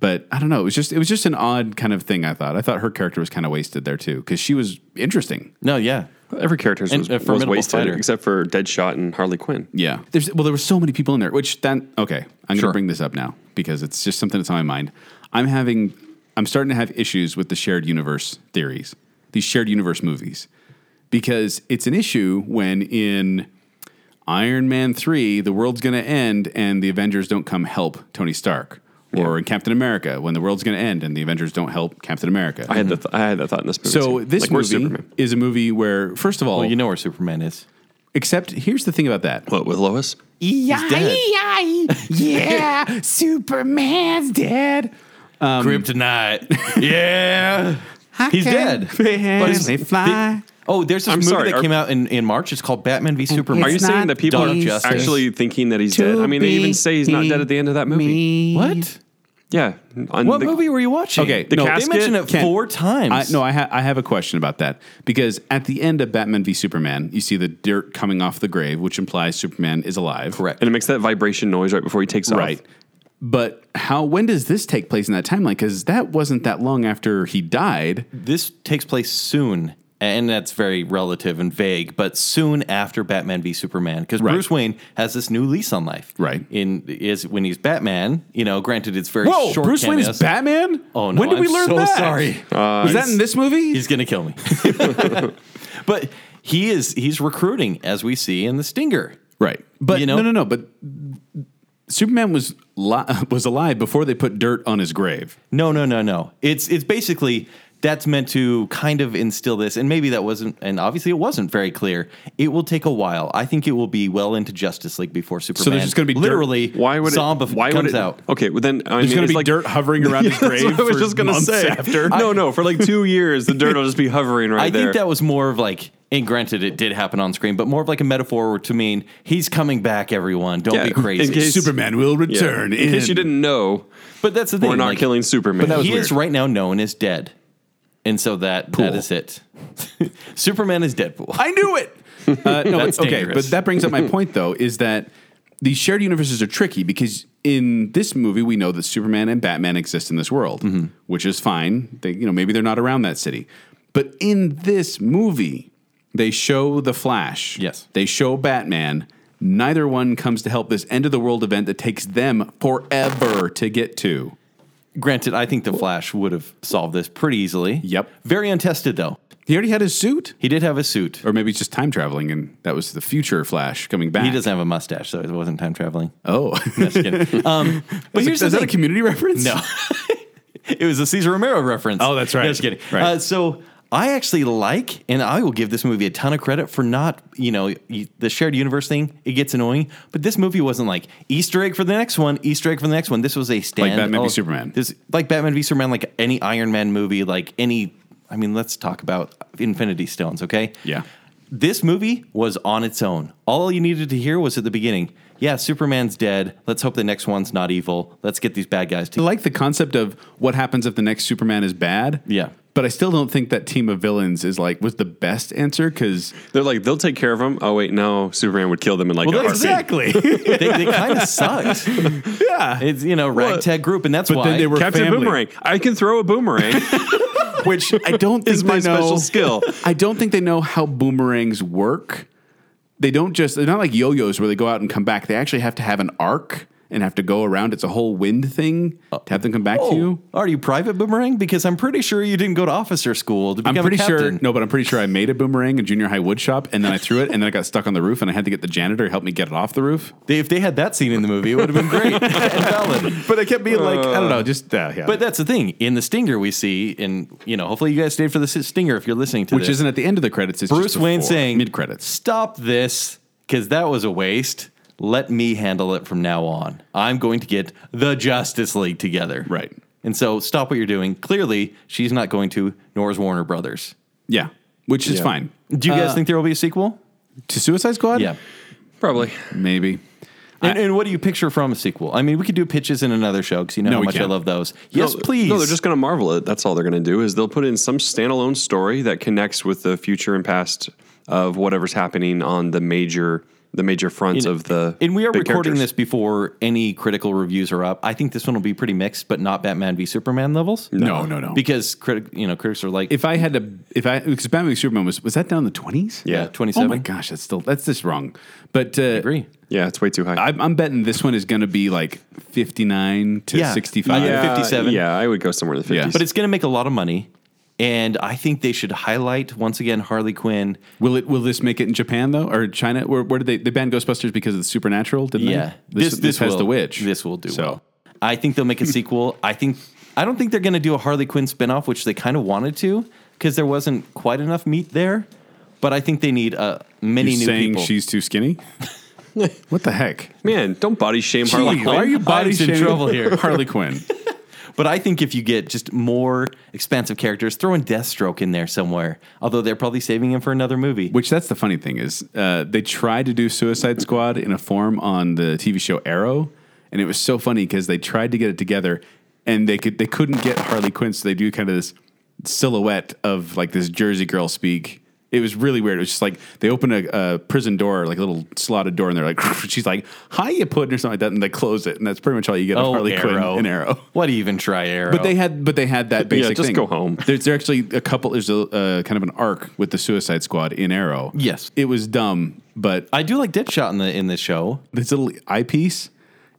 Speaker 4: But I don't know. It was just it was just an odd kind of thing. I thought. I thought her character was kind of wasted there too because she was interesting.
Speaker 3: no, yeah.
Speaker 2: Every character
Speaker 3: And
Speaker 2: was,
Speaker 3: a
Speaker 2: was
Speaker 3: formidable
Speaker 2: wasted
Speaker 3: fighter.
Speaker 2: except for Deadshot and Harley Quinn.
Speaker 4: Yeah. There's well, there were so many people in there. Which then okay, I'm
Speaker 3: Sure.
Speaker 4: gonna bring this up now because it's just something that's on my mind. I'm having I'm starting to have issues with the shared universe theories, these shared universe movies, because it's an issue when in Iron Man three the world's gonna end and the Avengers don't come help Tony Stark. Or in Captain America, when the world's going to end and the Avengers don't help Captain America.
Speaker 2: I had that. Th- I had that thought in Mm-hmm. this movie.
Speaker 4: so
Speaker 2: too.
Speaker 4: this
Speaker 2: Like, where's
Speaker 4: movie
Speaker 2: Superman?
Speaker 4: is a movie where, first of all,
Speaker 3: Well, you know where Superman is.
Speaker 4: except here's the thing about that.
Speaker 2: What with Lois?
Speaker 3: He's dead.
Speaker 4: yeah, Superman's dead.
Speaker 3: Kryptonite. yeah. He's dead. But it's-
Speaker 4: they fly.
Speaker 3: oh, there's this
Speaker 2: I'm
Speaker 3: movie
Speaker 2: sorry,
Speaker 3: that
Speaker 2: are-
Speaker 3: came out in, in March. It's called Batman v Superman.
Speaker 2: Are you
Speaker 1: It's
Speaker 2: saying
Speaker 1: not
Speaker 2: that people
Speaker 3: Dawn of
Speaker 2: are
Speaker 3: Justice.
Speaker 2: actually thinking that he's dead? I mean, they even say he's not dead at the end of that movie.
Speaker 3: what?
Speaker 2: Yeah. on
Speaker 3: What
Speaker 2: the-
Speaker 3: movie were you watching?
Speaker 4: Okay,
Speaker 3: the
Speaker 4: no,
Speaker 3: they mentioned it
Speaker 4: Ken,
Speaker 3: four times.
Speaker 4: I, no, I, ha- I have a question about that because at the end of Batman v Superman, you see the dirt coming off the grave, which implies Superman is alive.
Speaker 3: correct.
Speaker 2: And it makes that vibration noise right before he takes
Speaker 4: Right.
Speaker 2: off.
Speaker 4: But how? When does this take place in that timeline? Because that wasn't that long after he died.
Speaker 3: This takes place soon, and that's very relative and vague, but soon after Batman v Superman, because
Speaker 4: Right.
Speaker 3: Bruce Wayne has this new lease on life.
Speaker 4: Right.
Speaker 3: In is when he's Batman. You know, granted, it's very
Speaker 4: Whoa,
Speaker 3: short.
Speaker 4: Bruce Wayne
Speaker 3: cameos.
Speaker 4: is Batman.
Speaker 3: Oh, no,
Speaker 4: When did we
Speaker 3: I'm
Speaker 4: learn
Speaker 3: so
Speaker 4: that?
Speaker 3: sorry.
Speaker 4: Was that in this movie?
Speaker 3: He's gonna kill me. but he is he's recruiting, as we see in the Stinger.
Speaker 4: Right. But
Speaker 3: You know?
Speaker 4: no, no, no. But Superman was li- was alive before they put dirt on his grave.
Speaker 3: No, no, no, no. It's it's basically that's meant to kind of instill this, and maybe that wasn't, and obviously it wasn't very clear. It will take a while. I think it will be well into Justice League before Superman.
Speaker 4: just gonna be dirt-
Speaker 3: literally
Speaker 2: Why would
Speaker 3: Zomb
Speaker 2: it? Why
Speaker 3: comes
Speaker 2: would it?
Speaker 3: out?
Speaker 2: Okay, well then I
Speaker 4: There's
Speaker 2: mean,
Speaker 4: going to
Speaker 2: it's
Speaker 4: be
Speaker 2: like,
Speaker 4: dirt hovering around his grave.
Speaker 2: That's what I was
Speaker 4: for
Speaker 2: just gonna
Speaker 4: months
Speaker 2: say.
Speaker 4: After.
Speaker 2: No, no, for like two years, the dirt will just be hovering right
Speaker 3: I
Speaker 2: there.
Speaker 3: think that was more of like, and granted, it did happen on screen, but more of like a metaphor to mean he's coming back. Everyone, don't
Speaker 2: Yeah,
Speaker 3: be crazy.
Speaker 2: in case-
Speaker 4: Superman will
Speaker 2: Yeah.
Speaker 4: return.
Speaker 2: In case you didn't know,
Speaker 3: but that's the thing.
Speaker 2: we're not
Speaker 3: like,
Speaker 2: killing Superman.
Speaker 4: that was
Speaker 3: he is
Speaker 4: weird.
Speaker 3: right now known as dead, and so that that
Speaker 4: Cool.
Speaker 3: is it. Superman is Deadpool.
Speaker 4: I knew it. Uh, no,
Speaker 3: That's
Speaker 4: but- okay,
Speaker 3: dangerous.
Speaker 4: but that brings up my point though is that these shared universes are tricky because in this movie we know that Superman and Batman exist in this world,
Speaker 3: Mm-hmm.
Speaker 4: which is fine. They, you know, maybe they're not around that city, but in this movie they show the Flash.
Speaker 3: Yes.
Speaker 4: they show Batman. Neither one comes to help this end of the world event that takes them forever to get to.
Speaker 3: Granted, I think the Flash would have solved this pretty easily.
Speaker 4: Yep.
Speaker 3: Very untested though.
Speaker 4: He already had his suit,
Speaker 3: He did have a suit.
Speaker 4: or maybe it's just time traveling, and that was the future Flash coming back.
Speaker 3: He doesn't have a mustache, so it wasn't time traveling.
Speaker 4: Oh,
Speaker 3: Just kidding. um, but here's the
Speaker 4: is that a
Speaker 3: thing.
Speaker 4: community reference?
Speaker 3: no, it was a Caesar Romero reference.
Speaker 4: Oh, that's right.
Speaker 3: Just kidding.
Speaker 4: Right.
Speaker 3: Uh, so I actually like, and I will give this movie a ton of credit for not, you know, you- the shared universe thing. It gets annoying, but this movie wasn't like Easter egg for the next one, Easter egg for the next one. This was a stand
Speaker 4: Batman v
Speaker 3: oh,
Speaker 4: Superman.
Speaker 3: This like Batman v Superman, like any Iron Man movie, like any. I mean, let's talk about Infinity Stones, okay?
Speaker 4: Yeah.
Speaker 3: This movie was on its own. All you needed to hear was at the beginning. Yeah, Superman's dead. Let's hope the next one's not evil. Let's get these bad guys
Speaker 4: I
Speaker 3: to
Speaker 4: like the concept of what happens if the next Superman is bad.
Speaker 3: Yeah.
Speaker 4: But I still don't think that team of villains is like was the best answer because
Speaker 2: They're like they'll take care of him. Oh wait, no, Superman would kill them in like a heartbeat.
Speaker 3: they, they kind of sucked. Yeah, it's you know ragtag group, and that's
Speaker 4: But
Speaker 3: why
Speaker 4: then they were
Speaker 2: Captain
Speaker 4: family,
Speaker 2: Boomerang. I can throw a boomerang.
Speaker 4: which I don't think
Speaker 2: Is my
Speaker 4: they know-
Speaker 2: special skill.
Speaker 4: I don't think they know how boomerangs work. They don't just they're not like yo-yos where they go out and come back. They actually have to have an arc and have to go around. It's a whole wind thing to have them come back to
Speaker 3: Oh,
Speaker 4: you.
Speaker 3: are you private boomerang? Because I'm pretty sure you didn't go to officer school to become
Speaker 4: I'm pretty
Speaker 3: a
Speaker 4: sure
Speaker 3: captain.
Speaker 4: no, but I'm pretty sure I made a boomerang in junior high wood shop and then I threw it and then I got stuck on the roof and I had to get the janitor to help me get it off the roof.
Speaker 3: They- if they had that scene in the movie, it would have been great and valid.
Speaker 4: But I kept being like, I don't know, just uh, yeah.
Speaker 3: But that's the thing. In the stinger, we see, and you know, hopefully you guys stayed for the s- stinger if you're listening to
Speaker 4: which
Speaker 3: this.
Speaker 4: isn't at the end of the credits. It's
Speaker 3: Bruce Wayne saying
Speaker 4: mid credits.
Speaker 3: Stop this, because that was a waste. Let me handle it from now on. I'm going to get the Justice League together.
Speaker 4: Right.
Speaker 3: And so stop what you're doing. Clearly, she's not going to, nor is Warner Brothers.
Speaker 4: Yeah, which is
Speaker 2: Yeah.
Speaker 4: fine.
Speaker 3: Do you guys think there will be a sequel?
Speaker 4: To Suicide Squad?
Speaker 3: Yeah.
Speaker 2: Probably.
Speaker 4: maybe.
Speaker 3: And, and what do you picture from a sequel? I mean, we could do pitches in another show because you know
Speaker 4: No,
Speaker 3: how
Speaker 4: we
Speaker 3: much I
Speaker 4: can't.
Speaker 3: love those. Yes,
Speaker 2: No,
Speaker 3: please.
Speaker 2: No, they're just going to marvel it. That's all they're going to do is they'll put in some standalone story that connects with the future and past of whatever's happening on the major the major fronts of the.
Speaker 3: And we are
Speaker 2: big
Speaker 3: recording
Speaker 2: characters.
Speaker 3: this before any critical reviews are up. I think this one will be pretty mixed, but not Batman v Superman levels.
Speaker 4: No, no, no.
Speaker 3: Because critic, you know, critics are like,
Speaker 4: if I had to, if I because Batman v Superman was was that down in the twenties?
Speaker 3: yeah,
Speaker 2: yeah.
Speaker 3: twenty
Speaker 4: Oh
Speaker 3: seven.
Speaker 4: my gosh, that's still that's just wrong. But uh, I
Speaker 3: agree.
Speaker 2: Yeah, it's way too high.
Speaker 4: I'm, I'm betting this one is going to be like 59 to
Speaker 3: Yeah.
Speaker 4: 65.
Speaker 3: Yeah.
Speaker 2: Uh,
Speaker 3: 57.
Speaker 2: Yeah, I would go somewhere in the
Speaker 4: Yeah.
Speaker 2: fifties.
Speaker 3: But it's going to make a lot of money, and I think they should highlight once again Harley Quinn.
Speaker 4: Will it? Will this make it in Japan though, or China? Where, where did they? They banned Ghostbusters because of the supernatural, didn't
Speaker 3: Yeah,
Speaker 4: they? This, this, has
Speaker 3: will-
Speaker 4: the witch.
Speaker 3: This will do
Speaker 4: So
Speaker 3: well. I think they'll make a sequel. I think I don't think they're going to do a Harley Quinn spinoff, which they kind of wanted to because there wasn't quite enough meat there. But I think they need uh, many
Speaker 4: you're
Speaker 3: new
Speaker 4: saying
Speaker 3: people.
Speaker 4: she's too skinny. what the heck?
Speaker 2: Man, don't body shame Harley.
Speaker 4: Gee,
Speaker 2: Quinn.
Speaker 4: why are you body
Speaker 3: I'm in
Speaker 4: shaming
Speaker 3: trouble here.
Speaker 4: Harley Quinn?
Speaker 3: But I think if you get just more expansive characters, throw in Deathstroke in there somewhere. Although they're probably saving him for another movie.
Speaker 4: Which that's the funny thing is, uh, they tried to do Suicide Squad in a form on the TV show Arrow, and it was so funny because they tried to get it together, and they could they couldn't get Harley Quinn, so they do kind of this silhouette of like this Jersey girl speak. It was really weird. It was just like they open a, a prison door, like a little slotted door, and they're like, she's like, "Hi, you puddin' or something like that, and they close it, and that's pretty much all you get of Harley Quinn and Oh, Arrow.
Speaker 3: Why do you even try Arrow?
Speaker 4: But they had, but they had that basic.
Speaker 2: just
Speaker 4: thing.
Speaker 2: go home.
Speaker 4: There's there actually a couple. There's a uh, kind of an arc with the Suicide Squad in Arrow.
Speaker 3: Yes.
Speaker 4: it was dumb, but
Speaker 3: I do like Deadshot in the in this show.
Speaker 4: this little eyepiece,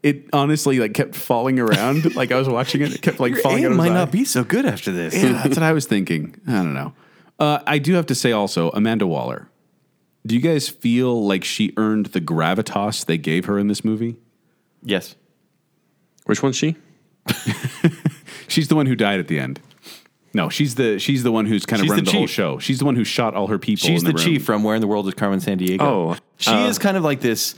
Speaker 4: it honestly like kept falling around. like I was watching it, it kept like falling out
Speaker 3: It
Speaker 4: of
Speaker 3: might
Speaker 4: his eye.
Speaker 3: not be so good after this.
Speaker 4: Yeah, that's what I was thinking. I don't know. Uh, I do have to say also, Amanda Waller. Do you guys feel like she earned the gravitas they gave her in this movie?
Speaker 3: Yes.
Speaker 2: Which one's she?
Speaker 4: She's the one who died at the end. No, she's the she's the one who's kind of
Speaker 3: She's
Speaker 4: running
Speaker 3: the
Speaker 4: the, whole
Speaker 3: chief.
Speaker 4: show. She's the one who shot all her people.
Speaker 3: She's
Speaker 4: in
Speaker 3: the,
Speaker 4: the, room.
Speaker 3: chief from Where in the World is Carmen San Diego.
Speaker 2: Oh,
Speaker 3: she is kind of like this.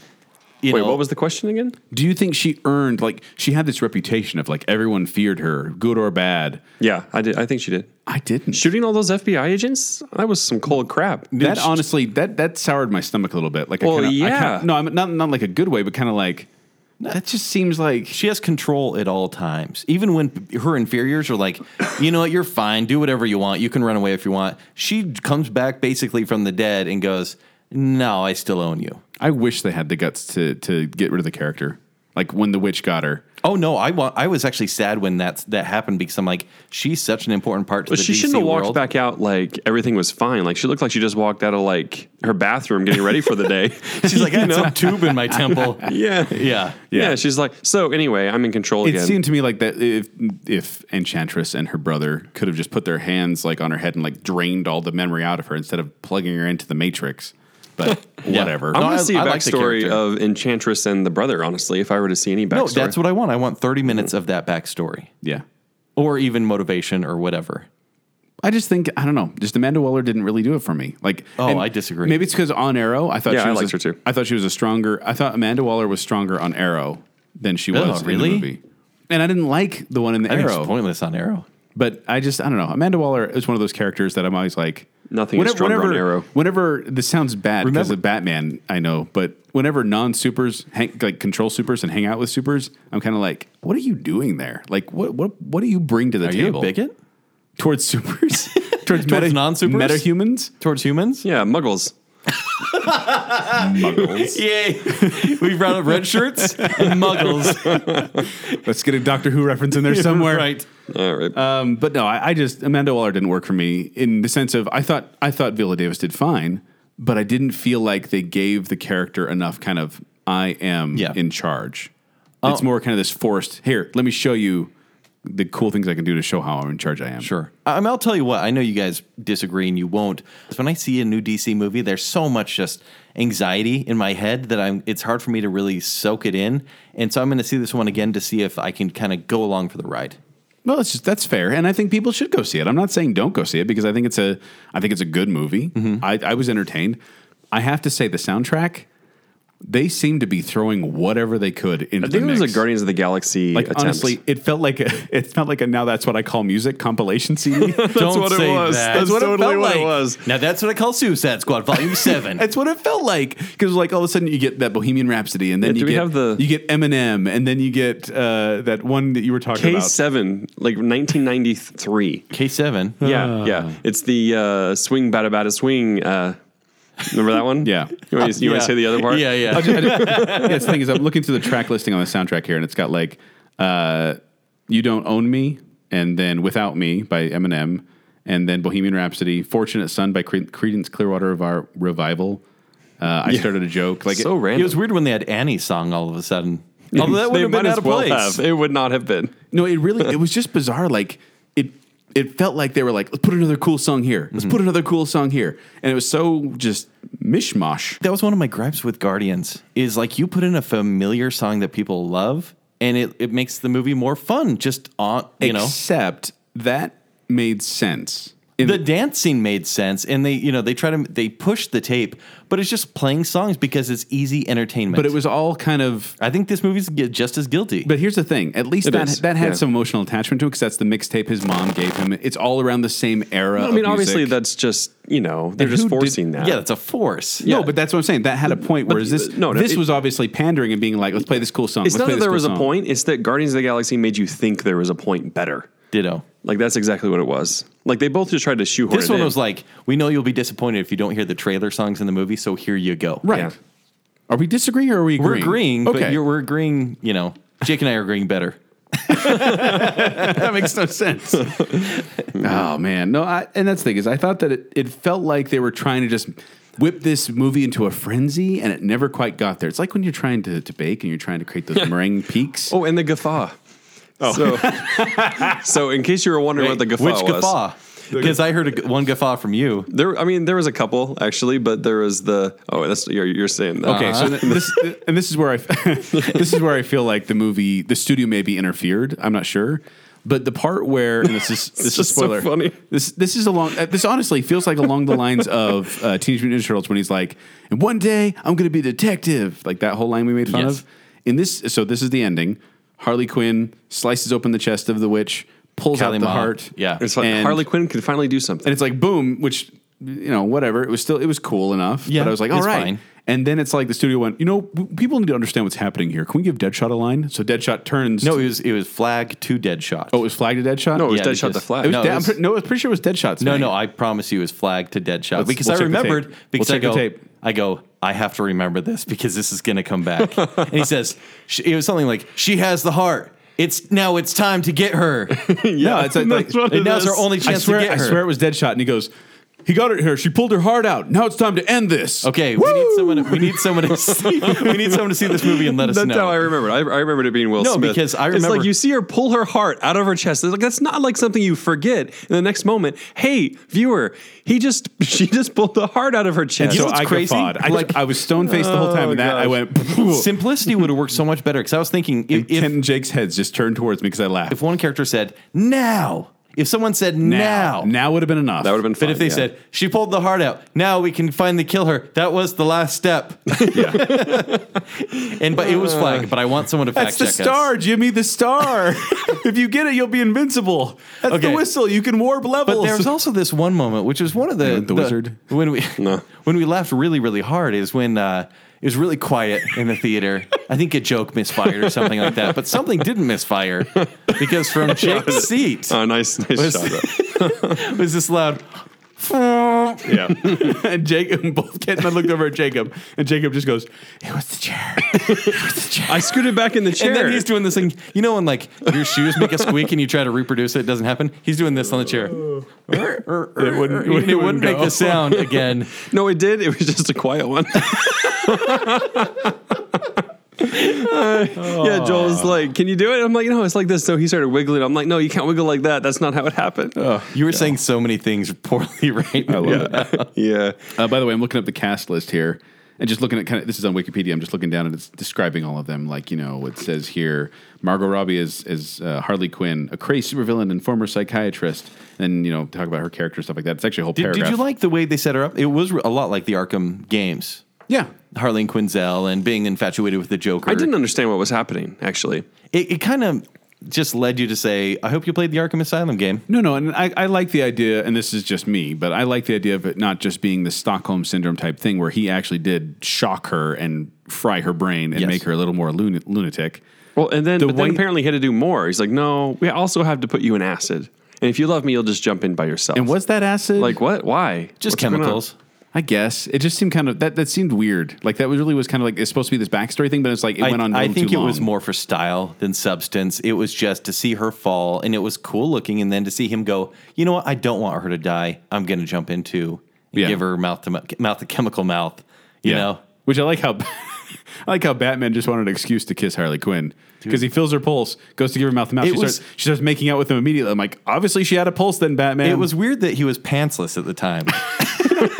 Speaker 3: You
Speaker 2: Wait,
Speaker 3: know,
Speaker 2: what was the question again?
Speaker 4: Do you think she earned like she had this reputation of like everyone feared her, good or bad?
Speaker 2: Yeah, I did. I think she did.
Speaker 4: I didn't.
Speaker 2: Shooting all those FBI agents? That was some cold crap.
Speaker 4: that honestly, that that soured my stomach a little bit. Like,
Speaker 2: Well,
Speaker 4: I kinda, I
Speaker 2: yeah.
Speaker 4: kinda- no, I'm not not like a good way, but kind of like that just seems like
Speaker 3: She has control at all times, even when her inferiors are like, "You know what? You're fine. Do whatever you want. You can run away if you want." She comes back basically from the dead and goes, "No, I still own you."
Speaker 4: I wish they had the guts to to get rid of the character. Like when the witch got her,
Speaker 3: Oh no, I want. I was actually sad when that that happened because I'm like, she's such an important part to
Speaker 2: But
Speaker 3: the
Speaker 2: she
Speaker 3: DC
Speaker 2: shouldn't have walked
Speaker 3: world.
Speaker 2: back out like everything was fine. Like she looked like she just walked out of like her bathroom getting ready for the day.
Speaker 3: She's like, "I had some tube in my temple."
Speaker 2: yeah. yeah.
Speaker 3: yeah.
Speaker 2: she's like, so anyway, I'm in control
Speaker 4: it
Speaker 2: again.
Speaker 4: seemed to me like that if if Enchantress and her brother could have just put their hands like on her head and like drained all the memory out of her instead of plugging her into the matrix. But
Speaker 3: Yeah.
Speaker 4: whatever.
Speaker 2: I
Speaker 3: No,
Speaker 2: want
Speaker 3: I-
Speaker 2: to see a
Speaker 3: I like the
Speaker 2: backstory
Speaker 3: character.
Speaker 2: of Enchantress and the brother, honestly, if I were to see any backstory.
Speaker 3: No, that's what I want. I want 30 minutes of that backstory.
Speaker 4: yeah.
Speaker 3: or even motivation or whatever.
Speaker 4: I just think I don't know. Just Amanda Waller didn't really do it for me. Like,
Speaker 3: Oh,
Speaker 4: and
Speaker 3: I disagree.
Speaker 4: Maybe it's because on Arrow, I thought
Speaker 2: Yeah,
Speaker 4: she
Speaker 2: I
Speaker 4: was
Speaker 2: liked
Speaker 4: a-
Speaker 2: her too.
Speaker 4: I thought she was a stronger. I thought Amanda Waller was stronger on Arrow than she
Speaker 3: Oh,
Speaker 4: was
Speaker 3: really?
Speaker 4: in the movie. And I didn't like the one in the
Speaker 3: I think it's
Speaker 4: Arrow,
Speaker 3: pointless on Arrow.
Speaker 4: but I just I don't know. Amanda Waller is one of those characters that I'm always like
Speaker 2: Nothing is stronger on Arrow.
Speaker 4: Whenever this sounds bad because
Speaker 3: Remember-
Speaker 4: of Batman, I know, but whenever non supers hang like control supers and hang out with supers, I'm kind of like, what are you doing there? Like, what what what do you bring to the
Speaker 3: Are you a
Speaker 4: table?
Speaker 3: bigot?
Speaker 4: towards supers, towards,
Speaker 3: Towards non-supers?
Speaker 4: meta humans.
Speaker 3: towards humans.
Speaker 2: Yeah, muggles.
Speaker 4: Muggles.
Speaker 3: Yay! we brought up red shirts and muggles.
Speaker 4: Let's get a Doctor Who reference in there somewhere.
Speaker 3: right.
Speaker 2: All right.
Speaker 4: Um, but no, I, I just Amanda Waller didn't work for me in the sense of I thought I thought Viola Davis did fine, but I didn't feel like they gave the character enough kind of I am
Speaker 3: Yeah. Oh.
Speaker 4: in charge. It's more kind of this forced here. Let me show you the cool things I can do to show how I'm in charge. I am
Speaker 3: Sure. I I mean, I'll tell you what, I know you guys disagree and you won't. But when I see a new DC movie, there's so much just anxiety in my head that I'm it's hard for me to really soak it in. And so I'm gonna see this one again to see if I can kind of go along for the ride.
Speaker 4: Well, it's just that's fair, and I think people should go see it. I'm not saying don't go see it because I think it's a I think it's a good movie.
Speaker 2: Mm-hmm.
Speaker 4: I, I was entertained. I have to say the soundtrack. They seemed to be throwing whatever they could into.
Speaker 2: I think
Speaker 4: the
Speaker 2: it was a
Speaker 4: mix.
Speaker 2: Guardians of the Galaxy.
Speaker 4: Like
Speaker 2: attempt.
Speaker 4: honestly, it felt like a it felt like a now that's what I call music compilation CD.
Speaker 3: Don't
Speaker 2: what it was. That's totally
Speaker 3: felt
Speaker 2: what it was.
Speaker 3: Now that's what I call Suicide Squad Volume Seven.
Speaker 4: that's what it felt like because like all of a sudden you get that Bohemian Rhapsody, and then
Speaker 2: Yeah,
Speaker 4: you
Speaker 2: do we
Speaker 4: get
Speaker 2: have the-
Speaker 4: you get Eminem, and then you get uh, that one that you were talking
Speaker 2: K
Speaker 4: about.
Speaker 2: seven, like nineteen ninety three.
Speaker 3: K seven.
Speaker 2: Yeah,
Speaker 3: Ah.
Speaker 2: yeah. It's the uh, swing, bada bada swing. Uh, remember that one?
Speaker 4: Yeah.
Speaker 2: You want to you wanna say the other part?
Speaker 3: Uh, Yeah, yeah.
Speaker 4: yeah, the thing is, I'm looking through the track listing on the soundtrack here, and it's got like uh, "You Don't Own Me," and then "Without Me" by Eminem, and then "Bohemian Rhapsody," "Fortunate Son" by Cre- Creedence Clearwater Revi- Revival. Uh, I started a joke like
Speaker 2: So
Speaker 4: it,
Speaker 2: Oh, random.
Speaker 3: It was weird when they had Annie's song all of a sudden. Although that would
Speaker 2: They
Speaker 3: have been
Speaker 2: might
Speaker 3: out
Speaker 2: as
Speaker 3: of
Speaker 2: well
Speaker 3: place.
Speaker 2: have. It would not have been.
Speaker 4: No, it really it was just bizarre. Like it it felt like they were like, let's put another cool song here. Let's put another cool song here, and it was so just mishmash.
Speaker 3: that was one of my gripes with Guardians is like you put in a familiar song that people love and it, it makes the movie more fun just on you know
Speaker 4: except that made sense. In
Speaker 3: the dance scene made sense and they you know they try to they push the tape but it's just playing songs because it's easy entertainment
Speaker 4: but it was all kind of
Speaker 3: I think this movie's gu- just as guilty
Speaker 4: But here's the thing: at least that
Speaker 2: is,
Speaker 4: that had
Speaker 2: yeah.
Speaker 4: some emotional attachment to it because that's the mixtape his mom gave him. It's all around the same era.
Speaker 2: I mean,
Speaker 4: of
Speaker 2: obviously,
Speaker 4: music.
Speaker 2: that's just you know they're
Speaker 4: And who
Speaker 2: just
Speaker 4: did-
Speaker 2: forcing that.
Speaker 3: yeah that's a force
Speaker 4: No, but that's what I'm saying. That had a point. Whereas this,
Speaker 2: no, no,
Speaker 4: this
Speaker 2: it-
Speaker 4: was obviously pandering and being like, "Let's play this cool song."
Speaker 2: it's
Speaker 4: let's
Speaker 2: not
Speaker 4: play
Speaker 2: that
Speaker 4: this
Speaker 2: there
Speaker 4: cool
Speaker 2: was a
Speaker 4: song.
Speaker 2: point. It's that Guardians of the Galaxy made you think there was a point better.
Speaker 3: ditto
Speaker 2: Like that's exactly what it was. Like they both just tried to shoehorn.
Speaker 3: this
Speaker 2: it
Speaker 3: one
Speaker 2: in.
Speaker 3: was like we know you'll be disappointed if you don't hear the trailer songs in the movie so here you go
Speaker 4: right?
Speaker 2: Yeah.
Speaker 4: Are we disagreeing or are we agreeing?
Speaker 3: we're agreeing
Speaker 4: Okay,
Speaker 3: but you're, we're agreeing you know Jake and I are agreeing better
Speaker 4: that makes no sense. oh man, no. I, and that's the thing is, I thought that it, it felt like they were trying to just whip this movie into a frenzy, and it never quite got there. It's like when you're trying to, to bake and you're trying to create those meringue peaks.
Speaker 2: oh, and the guffaw. Oh. So, so in case you were wondering what the guffaw
Speaker 3: which
Speaker 2: was,
Speaker 3: guffaw because I heard a g one guffaw from you
Speaker 2: There, I mean, there was a couple actually, but there was the oh, that's you're, you're saying uh, that.
Speaker 4: Okay, so th- this and this is where I this is where I feel like the movie the studio maybe interfered. I'm not sure, but the part where and this is this is
Speaker 2: just so
Speaker 4: spoiler.
Speaker 2: funny.
Speaker 4: This this is along uh, this honestly feels like along the lines of uh, Teenage Mutant Ninja Turtles when he's like, "And one day I'm going to be a detective." Like that whole line we made fun
Speaker 3: Yes.
Speaker 4: of. In this, so this is the ending. Harley Quinn slices open the chest of the witch, pulls out the
Speaker 3: Kalima.
Speaker 4: heart.
Speaker 3: Yeah.
Speaker 2: it's like
Speaker 4: and-
Speaker 2: Harley Quinn can finally do something.
Speaker 4: and it's like boom, which you know, whatever. It was still it was cool enough.
Speaker 3: Yeah,
Speaker 4: but I was like, all
Speaker 3: it's
Speaker 4: right.
Speaker 3: fine.
Speaker 4: And then it's like the studio went, you know, w- people need to understand what's happening here. Can we give Deadshot a line? So Deadshot turns.
Speaker 3: No,
Speaker 4: to-
Speaker 3: it was it was flag to Deadshot.
Speaker 4: oh, it was flagged to Deadshot.
Speaker 2: no, it was
Speaker 3: yeah,
Speaker 2: Deadshot
Speaker 3: because-
Speaker 2: the Flag.
Speaker 4: it was
Speaker 3: no,
Speaker 4: no,
Speaker 3: it
Speaker 4: I'm
Speaker 3: was-
Speaker 4: pre- no, I was pretty sure it was Deadshot's.
Speaker 3: no,
Speaker 4: name.
Speaker 3: no, I promise you, it was flag to Deadshot
Speaker 4: Let's-
Speaker 3: because
Speaker 4: we'll
Speaker 3: I
Speaker 4: check the tape.
Speaker 3: remembered. Because
Speaker 4: We'll
Speaker 3: I
Speaker 4: check the
Speaker 3: go,
Speaker 4: tape.
Speaker 3: I go, I have to remember this because this is going to come back. and he says, she, it was something like, "She has the heart. It's now it's time to get her.
Speaker 4: yeah, it's like, like
Speaker 3: And now's our only
Speaker 4: I
Speaker 3: chance
Speaker 4: swear,
Speaker 3: to get
Speaker 4: I
Speaker 3: her."
Speaker 4: swear it was Deadshot, and he goes, he got her here. She pulled her heart out. Now it's time to end this.
Speaker 3: okay, we need someone. We need someone to see. We need someone to see this movie and let us
Speaker 2: That's
Speaker 3: know.
Speaker 2: how I remember it. I, I remembered it being Will
Speaker 3: No,
Speaker 2: Smith.
Speaker 3: because I
Speaker 2: It's
Speaker 3: remember-
Speaker 2: like you see her pull her heart out of her chest. It's like that's not like something you forget in the next moment. Hey, viewer, he just she just pulled the heart out of her chest.
Speaker 3: You know
Speaker 4: So
Speaker 3: what's
Speaker 4: I
Speaker 3: crazy?
Speaker 4: guffawed. I,
Speaker 3: Like- Oh,
Speaker 4: I was stone faced the whole time, and that I
Speaker 2: gosh.
Speaker 4: went.
Speaker 3: Simplicity would have worked so much better because I was thinking if,
Speaker 4: Ken
Speaker 3: if,
Speaker 4: and Jake's heads just turned towards me because I laughed.
Speaker 3: if one character said now, if someone said now,
Speaker 4: now would have been enough.
Speaker 2: that would have been.
Speaker 3: But
Speaker 2: Fun,
Speaker 3: if they
Speaker 2: yeah.
Speaker 3: said she pulled the heart out, now we can finally kill her. That was the last step. and but it was flagged. But I want someone to fact
Speaker 4: That's the
Speaker 3: check
Speaker 4: star,
Speaker 3: us.
Speaker 4: Jimmy. The star. if you get it, you'll be invincible. That's
Speaker 3: Okay.
Speaker 4: the whistle. You can warp levels.
Speaker 3: But there was also this one moment, which was one of the,
Speaker 4: the wizard?
Speaker 3: when we when we laughed really really hard is when uh, it was really quiet in the theater. I think a joke misfired or something like that, but something didn't misfire because from Jake's seat
Speaker 2: Oh, nice, nice
Speaker 3: was
Speaker 2: shot.
Speaker 3: It was this loud.
Speaker 4: Yeah. and Jacob, both Kent and I looked over at Jacob, and Jacob just goes, It was the chair.
Speaker 2: I scooted back in the chair.
Speaker 3: And then he's doing this thing, you know, when like your shoes make a squeak and you try to reproduce it, it doesn't happen. He's doing this on the chair. it
Speaker 4: wouldn't-
Speaker 3: it wouldn't,
Speaker 4: it wouldn't
Speaker 3: make
Speaker 4: go.
Speaker 3: the sound again.
Speaker 2: no, it did. It was just a quiet one. Uh, yeah, Joel's like, "Can you do it?" I'm like, "No, it's like this." So he started wiggling. I'm like, "No, you can't wiggle like that. That's not how it happened."
Speaker 3: You were saying so many things poorly right now.
Speaker 2: yeah.
Speaker 4: Uh, by the way, I'm looking up the cast list here and just looking at kind of this is on Wikipedia. I'm just looking down and it's describing all of them. Like, you know, it says here Margot Robbie is, is uh, Harley Quinn, a crazed supervillain and former psychiatrist. And, you know, talk about her character, stuff like that. It's actually a whole
Speaker 3: Did,
Speaker 4: paragraph.
Speaker 3: did you like the way they set her up? It was a lot like the Arkham games.
Speaker 4: Yeah.
Speaker 3: Harleen Quinzel and being infatuated with the Joker.
Speaker 2: I didn't understand what was happening actually.
Speaker 3: It, it kind of just led you to say, "I hope you played the Arkham Asylum game."
Speaker 4: No, no, and I, I like the idea, and this is just me, but I like the idea of it not just being the Stockholm syndrome type thing where he actually did shock her and fry her brain and
Speaker 3: Yes.
Speaker 4: make her a little more lun- lunatic.
Speaker 2: Well, and then,
Speaker 4: The
Speaker 2: but then
Speaker 4: white-
Speaker 2: apparently he had to do more. He's like, "No, we also have to put you in acid. And if you love me, you'll just jump in by yourself."
Speaker 4: And was that acid?
Speaker 2: like what? Why?
Speaker 3: Just
Speaker 2: What's going on?
Speaker 3: chemicals.
Speaker 4: I guess it just seemed kind of that that seemed weird. Like that was really was kind of like it's supposed to be this backstory thing, but it's like it
Speaker 3: I,
Speaker 4: went on.
Speaker 3: I
Speaker 4: way
Speaker 3: think
Speaker 4: too
Speaker 3: it was
Speaker 4: long.
Speaker 3: more for style than substance. It was just to see her fall, and it was cool looking. And then to see him go, you know what? I don't want her to die. I'm going to jump into and
Speaker 4: Yeah.
Speaker 3: give her mouth to mouth, mouth to chemical mouth. You
Speaker 4: Yeah.
Speaker 3: know,
Speaker 4: Which I like how I like how Batman just wanted an excuse to kiss Harley Quinn because he feels her pulse, goes to give her mouth to mouth.
Speaker 3: It
Speaker 4: She
Speaker 3: was-
Speaker 4: starts she starts making out with him immediately. I'm like, obviously she had a pulse then, Batman.
Speaker 3: it was weird that he was pantsless at the time.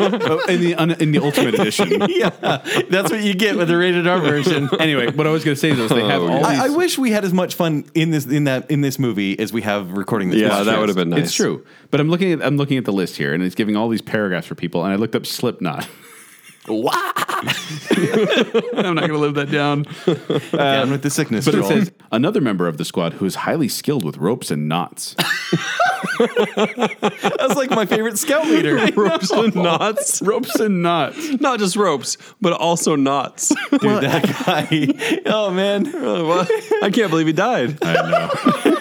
Speaker 4: Oh, in the un, in the Ultimate Edition.
Speaker 3: yeah, that's what you get with the rated R version.
Speaker 4: anyway, what I was going to say is they have all these.
Speaker 3: I, I wish we had as much fun in this in that in this movie as we have recording this.
Speaker 2: Yeah,
Speaker 3: podcast.
Speaker 2: that would have been nice.
Speaker 4: It's true, but I'm looking at I'm looking at the list here, and it's giving all these paragraphs for people. And I looked up Slipknot. I'm not going to live that down.
Speaker 3: down with the sickness.
Speaker 4: But it
Speaker 3: Joel.
Speaker 4: says another member of the squad who is highly skilled with ropes and knots.
Speaker 3: That's like my favorite scout leader.
Speaker 2: Ropes and knots.
Speaker 4: ropes and knots.
Speaker 2: Not just ropes, but also knots.
Speaker 3: Dude, that guy. Oh man,
Speaker 2: I can't believe he died.
Speaker 4: I know.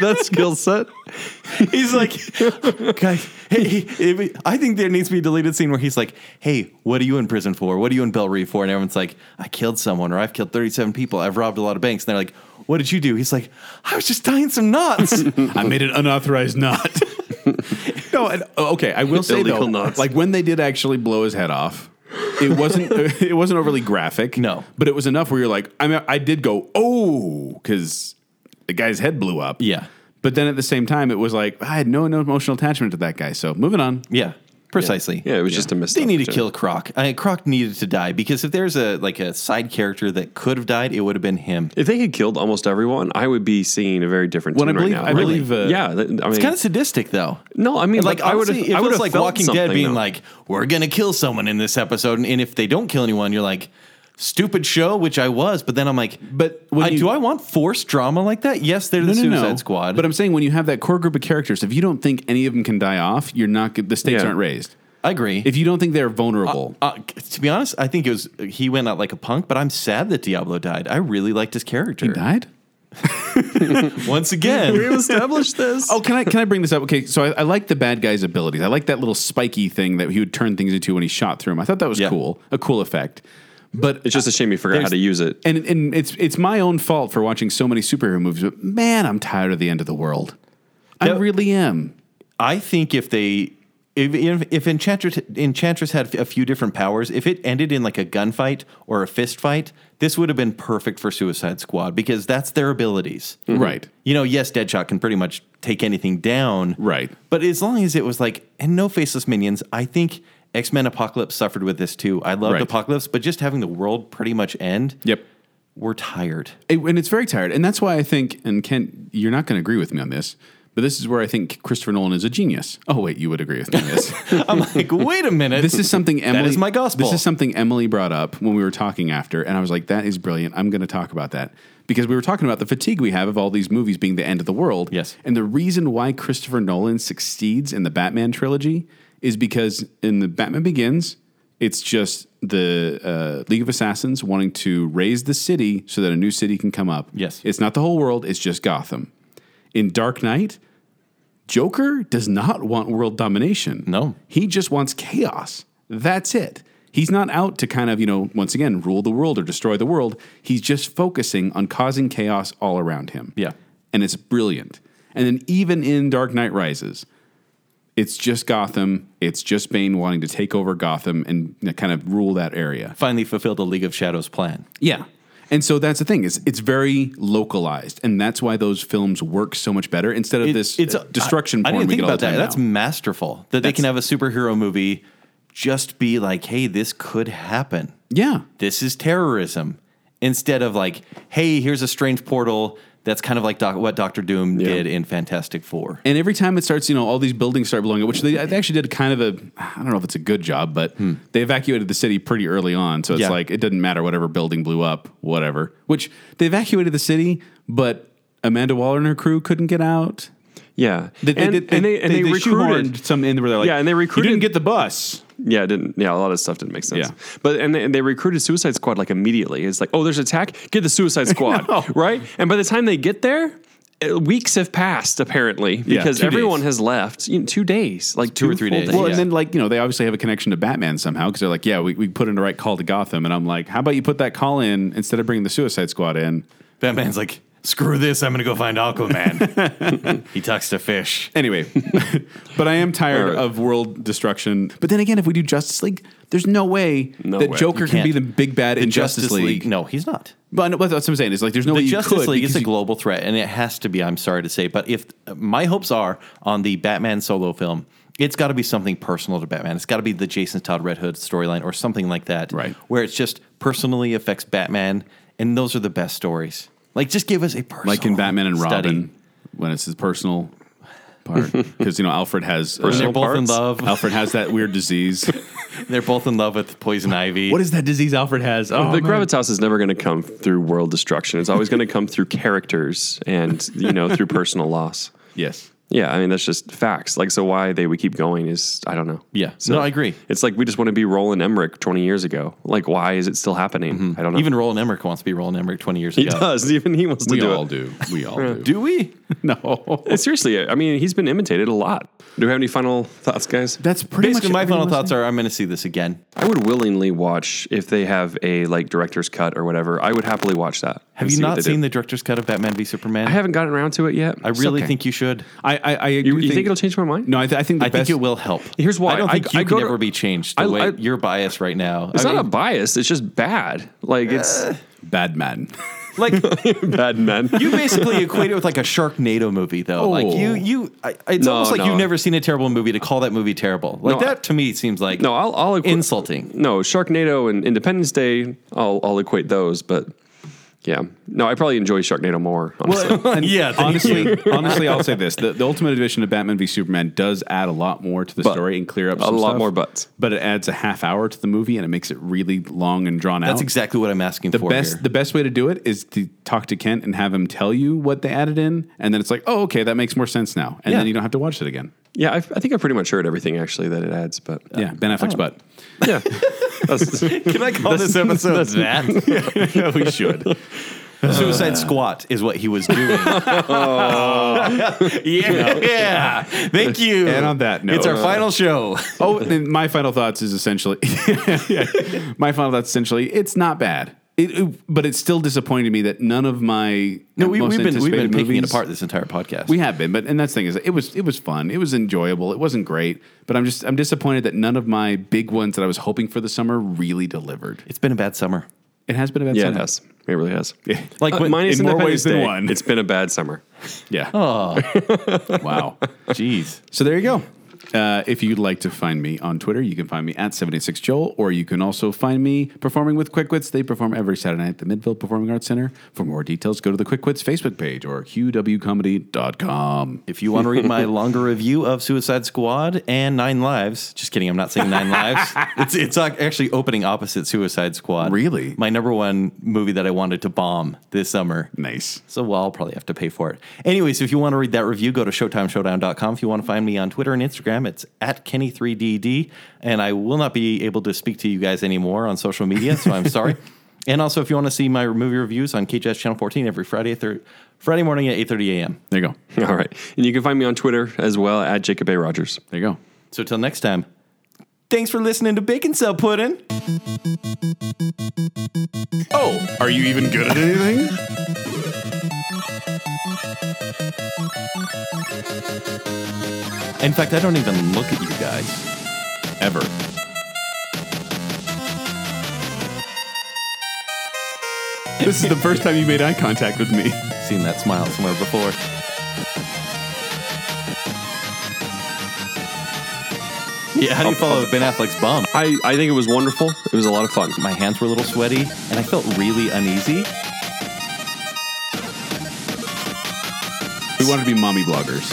Speaker 2: that skill set.
Speaker 3: he's like, guys. Hey, if- I think there needs to be a deleted scene where he's like, "Hey, what are you in prison for? What are you in Bel Reve for?" And everyone's like, "I killed someone, or I've killed thirty-seven people. I've robbed a lot of banks." And they're like, "What did you do?" He's like, "I was just tying some knots."
Speaker 4: I made an unauthorized knot. no, and, oh, okay. I will say
Speaker 2: Illegal
Speaker 4: though,
Speaker 2: knots.
Speaker 4: like when they did actually blow his head off, it wasn't uh, it wasn't overly graphic.
Speaker 3: No.
Speaker 4: but it was enough where you're like, I mean, I did go oh because the guy's head blew up.
Speaker 3: Yeah.
Speaker 4: but then at the same time, it was like I had no, no emotional attachment to that guy. So moving on.
Speaker 3: yeah, precisely.
Speaker 2: Yeah, it was just a mistake.
Speaker 3: They need to kill Croc. I, Croc needed to die because if there's a like a side character that could have died, it would have been him.
Speaker 2: If they had killed almost everyone, I would be seeing a very different.
Speaker 4: Well, I
Speaker 2: team
Speaker 4: believe-
Speaker 2: right now.
Speaker 4: I believe, uh,
Speaker 2: yeah, th- I mean,
Speaker 3: It's kind of sadistic though.
Speaker 2: No, I mean,
Speaker 3: like,
Speaker 2: like, I would've-
Speaker 3: honestly, it
Speaker 2: I would've
Speaker 3: feels like
Speaker 2: felt
Speaker 3: Walking Dead
Speaker 2: something,
Speaker 3: being
Speaker 2: though.
Speaker 3: like, "We're gonna kill someone in this episode," and, and if they don't kill anyone, you're like, "Stupid show," which I was. But then I'm like,
Speaker 4: But when
Speaker 3: I-
Speaker 4: you-
Speaker 3: do I want forced drama like that? Yes, they're the Suicide Squad."
Speaker 4: But I'm saying when you have that core group of characters, if you don't think any of them can die off, you're not g- the stakes
Speaker 2: Yeah.
Speaker 4: aren't raised.
Speaker 3: I agree.
Speaker 4: If you don't think they're vulnerable,
Speaker 3: uh, to be honest, I think it was he went out like a punk, but I'm sad that Diablo died. I really liked his character.
Speaker 4: he died.
Speaker 3: Once again,
Speaker 2: We've established this.
Speaker 4: Oh, can I can I bring this up? Okay, so I, I like the bad guy's abilities. I like that little spiky thing that he would turn things into when he shot through him. I thought that was
Speaker 3: Yeah.
Speaker 4: cool, a cool effect. But
Speaker 2: it's just a shame you forgot how to use it.
Speaker 4: and and it's it's my own fault for watching so many superhero movies. But man, I'm tired of the end of the world. I
Speaker 3: That-
Speaker 4: really am.
Speaker 3: I think if they if if, if Enchantress Enchantress had a few different powers, if it ended in like a gunfight or a fist fight, this would have been perfect for Suicide Squad because that's their abilities.
Speaker 4: Right.
Speaker 3: You know, yes, Deadshot can pretty much take anything down.
Speaker 4: Right.
Speaker 3: But as long as it was like and no faceless minions, I think X Men Apocalypse suffered with this too. I loved
Speaker 4: Right.
Speaker 3: Apocalypse, but just having the world pretty much end.
Speaker 4: Yep.
Speaker 3: We're tired.
Speaker 4: It- and it's very tired. And that's why I think, and Kent, you're not going to agree with me on this, but this is where I think Christopher Nolan is a genius. Oh, wait, you would agree with me on this.
Speaker 3: I'm like, wait a minute.
Speaker 4: this is something Emily.
Speaker 3: is my gospel.
Speaker 4: This is something Emily brought up when we were talking after, and I was like, "That is brilliant. I'm going to talk about that." Because we were talking about the fatigue we have of all these movies being the end of the world.
Speaker 3: Yes.
Speaker 4: And the reason why Christopher Nolan succeeds in the Batman trilogy is because in the Batman Begins, it's just the uh, League of Assassins wanting to raise the city so that a new city can come up.
Speaker 3: Yes.
Speaker 4: It's not the whole world, it's just Gotham. In Dark Knight, Joker does not want world domination.
Speaker 3: No.
Speaker 4: He just wants chaos. That's it. He's not out to kind of, you know, once again, rule the world or destroy the world. He's just focusing on causing chaos all around him.
Speaker 3: Yeah.
Speaker 4: And it's brilliant. And then even in Dark Knight Rises, it's just Gotham. It's just Bane wanting to take over Gotham and you know, kind of rule that area.
Speaker 3: Finally fulfilled the League of Shadows plan.
Speaker 4: Yeah. And so that's the thing is it's very localized, and that's why those films work so much better instead of
Speaker 3: It-
Speaker 4: this uh,
Speaker 3: it's uh,
Speaker 4: destruction.
Speaker 3: I, I
Speaker 4: porn
Speaker 3: didn't
Speaker 4: we
Speaker 3: think
Speaker 4: get all
Speaker 3: about
Speaker 4: the
Speaker 3: that.
Speaker 4: time
Speaker 3: That's
Speaker 4: now.
Speaker 3: masterful that they
Speaker 4: That's-
Speaker 3: can have a superhero movie just be like, hey, this could happen.
Speaker 4: yeah,
Speaker 3: This is terrorism. Instead of like, hey, here's a strange portal that's kind of like doc- what Doctor Doom
Speaker 2: Yeah.
Speaker 3: did in Fantastic Four.
Speaker 4: and every time it starts, you know, all these buildings start blowing up, which they, they actually did kind of a. I don't know if it's a good job, but
Speaker 2: Hmm.
Speaker 4: they evacuated the city pretty early on, so it's
Speaker 3: Yeah.
Speaker 4: like it doesn't matter whatever building blew up, whatever. Which they evacuated the city, but Amanda Waller and her crew couldn't get out.
Speaker 2: Yeah,
Speaker 4: They,
Speaker 2: and,
Speaker 4: did-
Speaker 2: and they, and they,
Speaker 4: shoehorned
Speaker 2: recruited
Speaker 4: some in where they're like,
Speaker 2: Yeah, and they
Speaker 4: You
Speaker 2: recruited-
Speaker 4: didn't get the bus.
Speaker 2: Yeah, it didn't. Yeah, a lot of stuff didn't make sense.
Speaker 4: Yeah.
Speaker 2: But and they, and they recruited Suicide Squad like immediately. It's like, oh, there's an attack. Get the Suicide Squad, right? And by the time they get there, uh, weeks have passed apparently
Speaker 4: Yeah,
Speaker 2: because
Speaker 4: two
Speaker 2: everyone
Speaker 4: days.
Speaker 2: has left. You know, two days, like two,
Speaker 3: or three
Speaker 2: full
Speaker 3: days.
Speaker 4: Well,
Speaker 3: Yeah.
Speaker 4: and then like you know they obviously have a connection to Batman somehow because they're like, yeah, we, we put in the right call to Gotham, and I'm like, how about you put that call in instead of bringing the Suicide Squad in?
Speaker 3: Batman's like, screw this, I'm gonna go find Aquaman. he talks to fish.
Speaker 4: Anyway, but I am tired
Speaker 2: Alright.
Speaker 4: of world destruction. But then again, if we do Justice League, there's no way
Speaker 2: No
Speaker 4: that
Speaker 2: way.
Speaker 4: Joker
Speaker 3: You
Speaker 4: can be the
Speaker 3: can't.
Speaker 4: big bad in Justice, League.
Speaker 3: No, he's not.
Speaker 4: But no, that's what I'm saying is like, there's no way
Speaker 3: the
Speaker 4: you
Speaker 3: Justice
Speaker 4: could
Speaker 3: League
Speaker 4: because
Speaker 3: is a
Speaker 4: you-
Speaker 3: global threat, and it has to be. I'm sorry to say, but if my hopes are on the Batman solo film, it's got to be something personal to Batman. It's got to be the Jason Todd Red Hood storyline or something like that,
Speaker 4: Right.
Speaker 3: Where it's just personally affects Batman, and those are the best stories. Like, just give us a personal,
Speaker 4: like in Batman and
Speaker 3: study.
Speaker 4: Robin when it's his personal part because you know Alfred has uh,
Speaker 3: And they're both in
Speaker 2: parts.
Speaker 3: love.
Speaker 4: Alfred has that weird disease.
Speaker 3: They're both in love with poison ivy.
Speaker 4: what is that disease Alfred has? Oh,
Speaker 2: the
Speaker 4: man.
Speaker 2: gravitas is never going to come through world destruction. It's always going to come through characters and you know through personal loss.
Speaker 4: Yes.
Speaker 2: Yeah, I mean that's just facts. Like, so why they would keep going is I don't know.
Speaker 3: Yeah.
Speaker 2: so
Speaker 3: No, I agree.
Speaker 2: It's like we just want to be Roland Emmerich twenty years ago. Like, why is it still happening? I don't know.
Speaker 3: Even Roland Emmerich wants to be Roland Emmerich 20 years
Speaker 2: he
Speaker 3: ago.
Speaker 2: does. Even he wants to
Speaker 4: We
Speaker 2: do
Speaker 4: all
Speaker 2: it.
Speaker 4: do. We all do.
Speaker 3: Do we?
Speaker 4: No.
Speaker 2: Seriously, I mean, he's been imitated a lot. Do we have any final thoughts, guys?
Speaker 4: That's pretty
Speaker 3: Basically,
Speaker 4: much
Speaker 3: my final
Speaker 4: everything
Speaker 3: thoughts are I'm going to see this again.
Speaker 2: I would willingly watch if they have a like director's cut or whatever. I would happily watch that.
Speaker 3: Have you not seen the director's cut of Batman v Superman?
Speaker 2: I haven't gotten around to it yet.
Speaker 3: I really
Speaker 4: okay.
Speaker 3: think you should.
Speaker 4: I, I, I
Speaker 2: you think it'll change my mind?
Speaker 4: No, I, th- I think the
Speaker 3: I
Speaker 4: best,
Speaker 3: think it will help.
Speaker 2: Here's why.
Speaker 3: I don't
Speaker 2: I-
Speaker 3: think
Speaker 2: I
Speaker 3: you
Speaker 2: go
Speaker 3: can
Speaker 2: to-
Speaker 3: ever be changed. The
Speaker 2: I-
Speaker 3: way
Speaker 2: I-
Speaker 3: you're biased right now.
Speaker 2: It's
Speaker 3: I
Speaker 2: not a
Speaker 3: mean,
Speaker 2: bias. It's just bad. Like it's
Speaker 4: Bad man.
Speaker 3: like
Speaker 2: bad men.
Speaker 3: you basically equate it with like a Sharknado movie, though. Like you,
Speaker 4: Oh.
Speaker 3: you. I, it's
Speaker 2: No,
Speaker 3: almost like
Speaker 2: no.
Speaker 3: you've never seen a terrible movie to call that movie terrible. Like
Speaker 2: No, I-
Speaker 3: that to me seems like
Speaker 2: No, I'll, I'll equi-
Speaker 3: insulting.
Speaker 2: No, Sharknado and Independence Day. I'll I'll equate those, but yeah, no, I probably enjoy Sharknado more. honestly.
Speaker 3: yeah, thank
Speaker 4: honestly, honestly, I'll say this: the, the Ultimate Edition of Batman v Superman does add a lot more to the
Speaker 2: But-
Speaker 4: story and clear up
Speaker 2: a
Speaker 4: some
Speaker 2: lot
Speaker 4: stuff,
Speaker 2: more buts.
Speaker 4: But it adds a half hour to the movie and it makes it really long and drawn out.
Speaker 3: That's exactly what I'm asking
Speaker 4: the
Speaker 3: for.
Speaker 4: best.
Speaker 3: here.
Speaker 4: The best way to do it is to talk to Kent and have him tell you what they added in, and then it's like, oh, okay, that makes more sense now, and
Speaker 3: Yeah.
Speaker 4: then you don't have to watch it again.
Speaker 2: yeah, I, I think I pretty much heard everything actually that it adds, but
Speaker 4: yeah, Ben Affleck's
Speaker 3: Oh.
Speaker 4: butt.
Speaker 2: yeah. That's-
Speaker 3: Can I call this episode that?
Speaker 4: yeah, we should.
Speaker 3: Suicide squat is what he was doing. yeah, yeah. Thank you.
Speaker 4: And on that note-
Speaker 3: it's our final show.
Speaker 4: Oh, and my final thoughts is essentially, my final thoughts essentially, it's not bad. It, it- but it's still disappointing to me that none of my
Speaker 3: No, we, we've been we've
Speaker 4: most
Speaker 3: been
Speaker 4: anticipated
Speaker 3: picking it
Speaker 4: movies-
Speaker 3: apart this entire podcast.
Speaker 4: We have been, but and that's the thing is, it was it was fun, it was enjoyable, it wasn't great, but I'm just I'm disappointed that none of my big ones that I was hoping for the summer really delivered.
Speaker 3: it's been a bad summer.
Speaker 4: It has been a bad
Speaker 2: yeah, it
Speaker 4: summer.
Speaker 2: has. It really has.
Speaker 3: Like
Speaker 2: Uh,
Speaker 3: when-
Speaker 2: minus
Speaker 4: in more
Speaker 2: Independence
Speaker 4: ways than
Speaker 2: Day,
Speaker 4: one.
Speaker 2: It's been a bad summer.
Speaker 4: Yeah. wow.
Speaker 3: Jeez.
Speaker 4: So there you go. Uh, if you'd like to find me on Twitter, you can find me at 76Joel, or you can also find me performing with Quick Wits. They perform every Saturday night at the Midville Performing Arts Center. For more details, go to the Quick Wits Facebook page or qwcomedy.com.
Speaker 3: If you want to read my longer review of Suicide Squad and Nine Lives, just kidding, I'm not saying Nine Lives. It's it's ac- actually opening opposite Suicide Squad.
Speaker 4: Really?
Speaker 3: My number one movie that I wanted to bomb this summer.
Speaker 4: Nice.
Speaker 3: So well, I'll probably have to pay for it. Anyways, if you want to read that review, go to showtimeshowdown.com. If you want to find me on Twitter and Instagram, it's at Kenny3DD. And I will not be able to speak to you guys anymore on social media, so I'm sorry. And also, if you want to see my movie reviews on KJS Channel 14 every Friday, thir- Friday morning at 8.30 a.m.
Speaker 4: There you go.
Speaker 2: All right. And you can find me on Twitter as well at Jacob A. Rogers.
Speaker 4: There you go.
Speaker 3: So till next time, thanks for listening to Bacon Cell Pudding.
Speaker 4: Oh, are you even good at anything?
Speaker 3: In fact, I don't even look at you guys.
Speaker 4: Ever. This is the first time you made eye contact with me.
Speaker 3: Seen that smile somewhere before. Yeah, how do you follow Ben Affleck's bum?
Speaker 2: I, I think it was wonderful. It was a lot of fun.
Speaker 3: My hands were a little sweaty, and I felt really uneasy.
Speaker 4: We want to be mommy bloggers.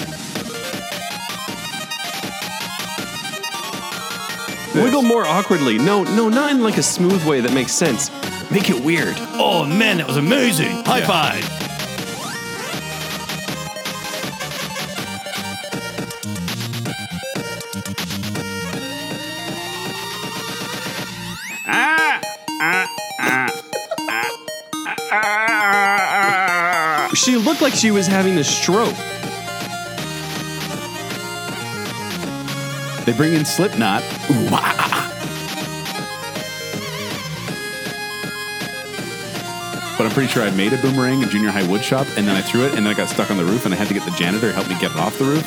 Speaker 2: Wiggle more awkwardly. No, no, not in like a smooth way that makes sense. Make it weird.
Speaker 3: Oh man, that was amazing! High five!
Speaker 2: She looked like she was having a stroke.
Speaker 4: They bring in Slipknot. Ooh, ah, ah, ah. But I'm pretty sure I made a boomerang in junior high wood shop, and then I threw it, and then I got stuck on the roof, and I had to get the janitor to help me get it off the roof.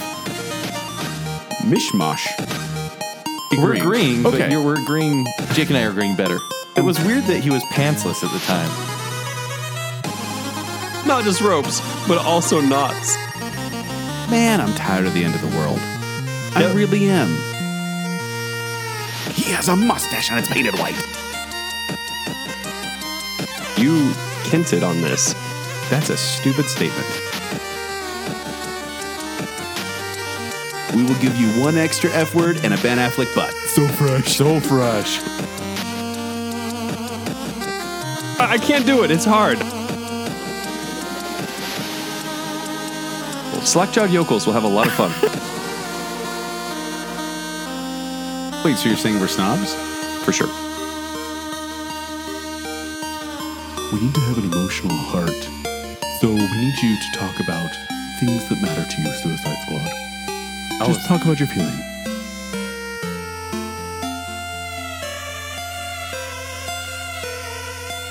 Speaker 4: Mishmash.
Speaker 3: We're agreeing,
Speaker 4: Okay.
Speaker 3: but you're, we're agreeing. Jake and I are agreeing better. It was weird that he was pantsless at the time.
Speaker 2: Not just ropes, but also knots.
Speaker 4: Man, I'm tired of the end of the world. I really am. He has a mustache and it's painted white.
Speaker 2: You hinted on this.
Speaker 4: That's a stupid statement. We will give you one extra F word and a Ben Affleck butt. So fresh, so fresh.
Speaker 2: I, I can't do it. It's hard. Slackjawed yokels will have a lot of fun.
Speaker 4: Wait, so you're saying we're snobs?
Speaker 2: For sure.
Speaker 5: We need to have an emotional heart. So we need you to talk about things that matter to you, Suicide Squad. Just talk about your feelings.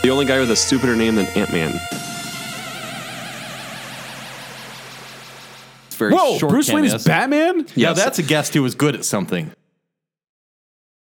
Speaker 2: The only guy with a stupider name than Ant Man.
Speaker 3: It's very short cameos.
Speaker 4: Batman?
Speaker 3: Yeah,
Speaker 2: Yes.
Speaker 3: that's a guest who was good at something.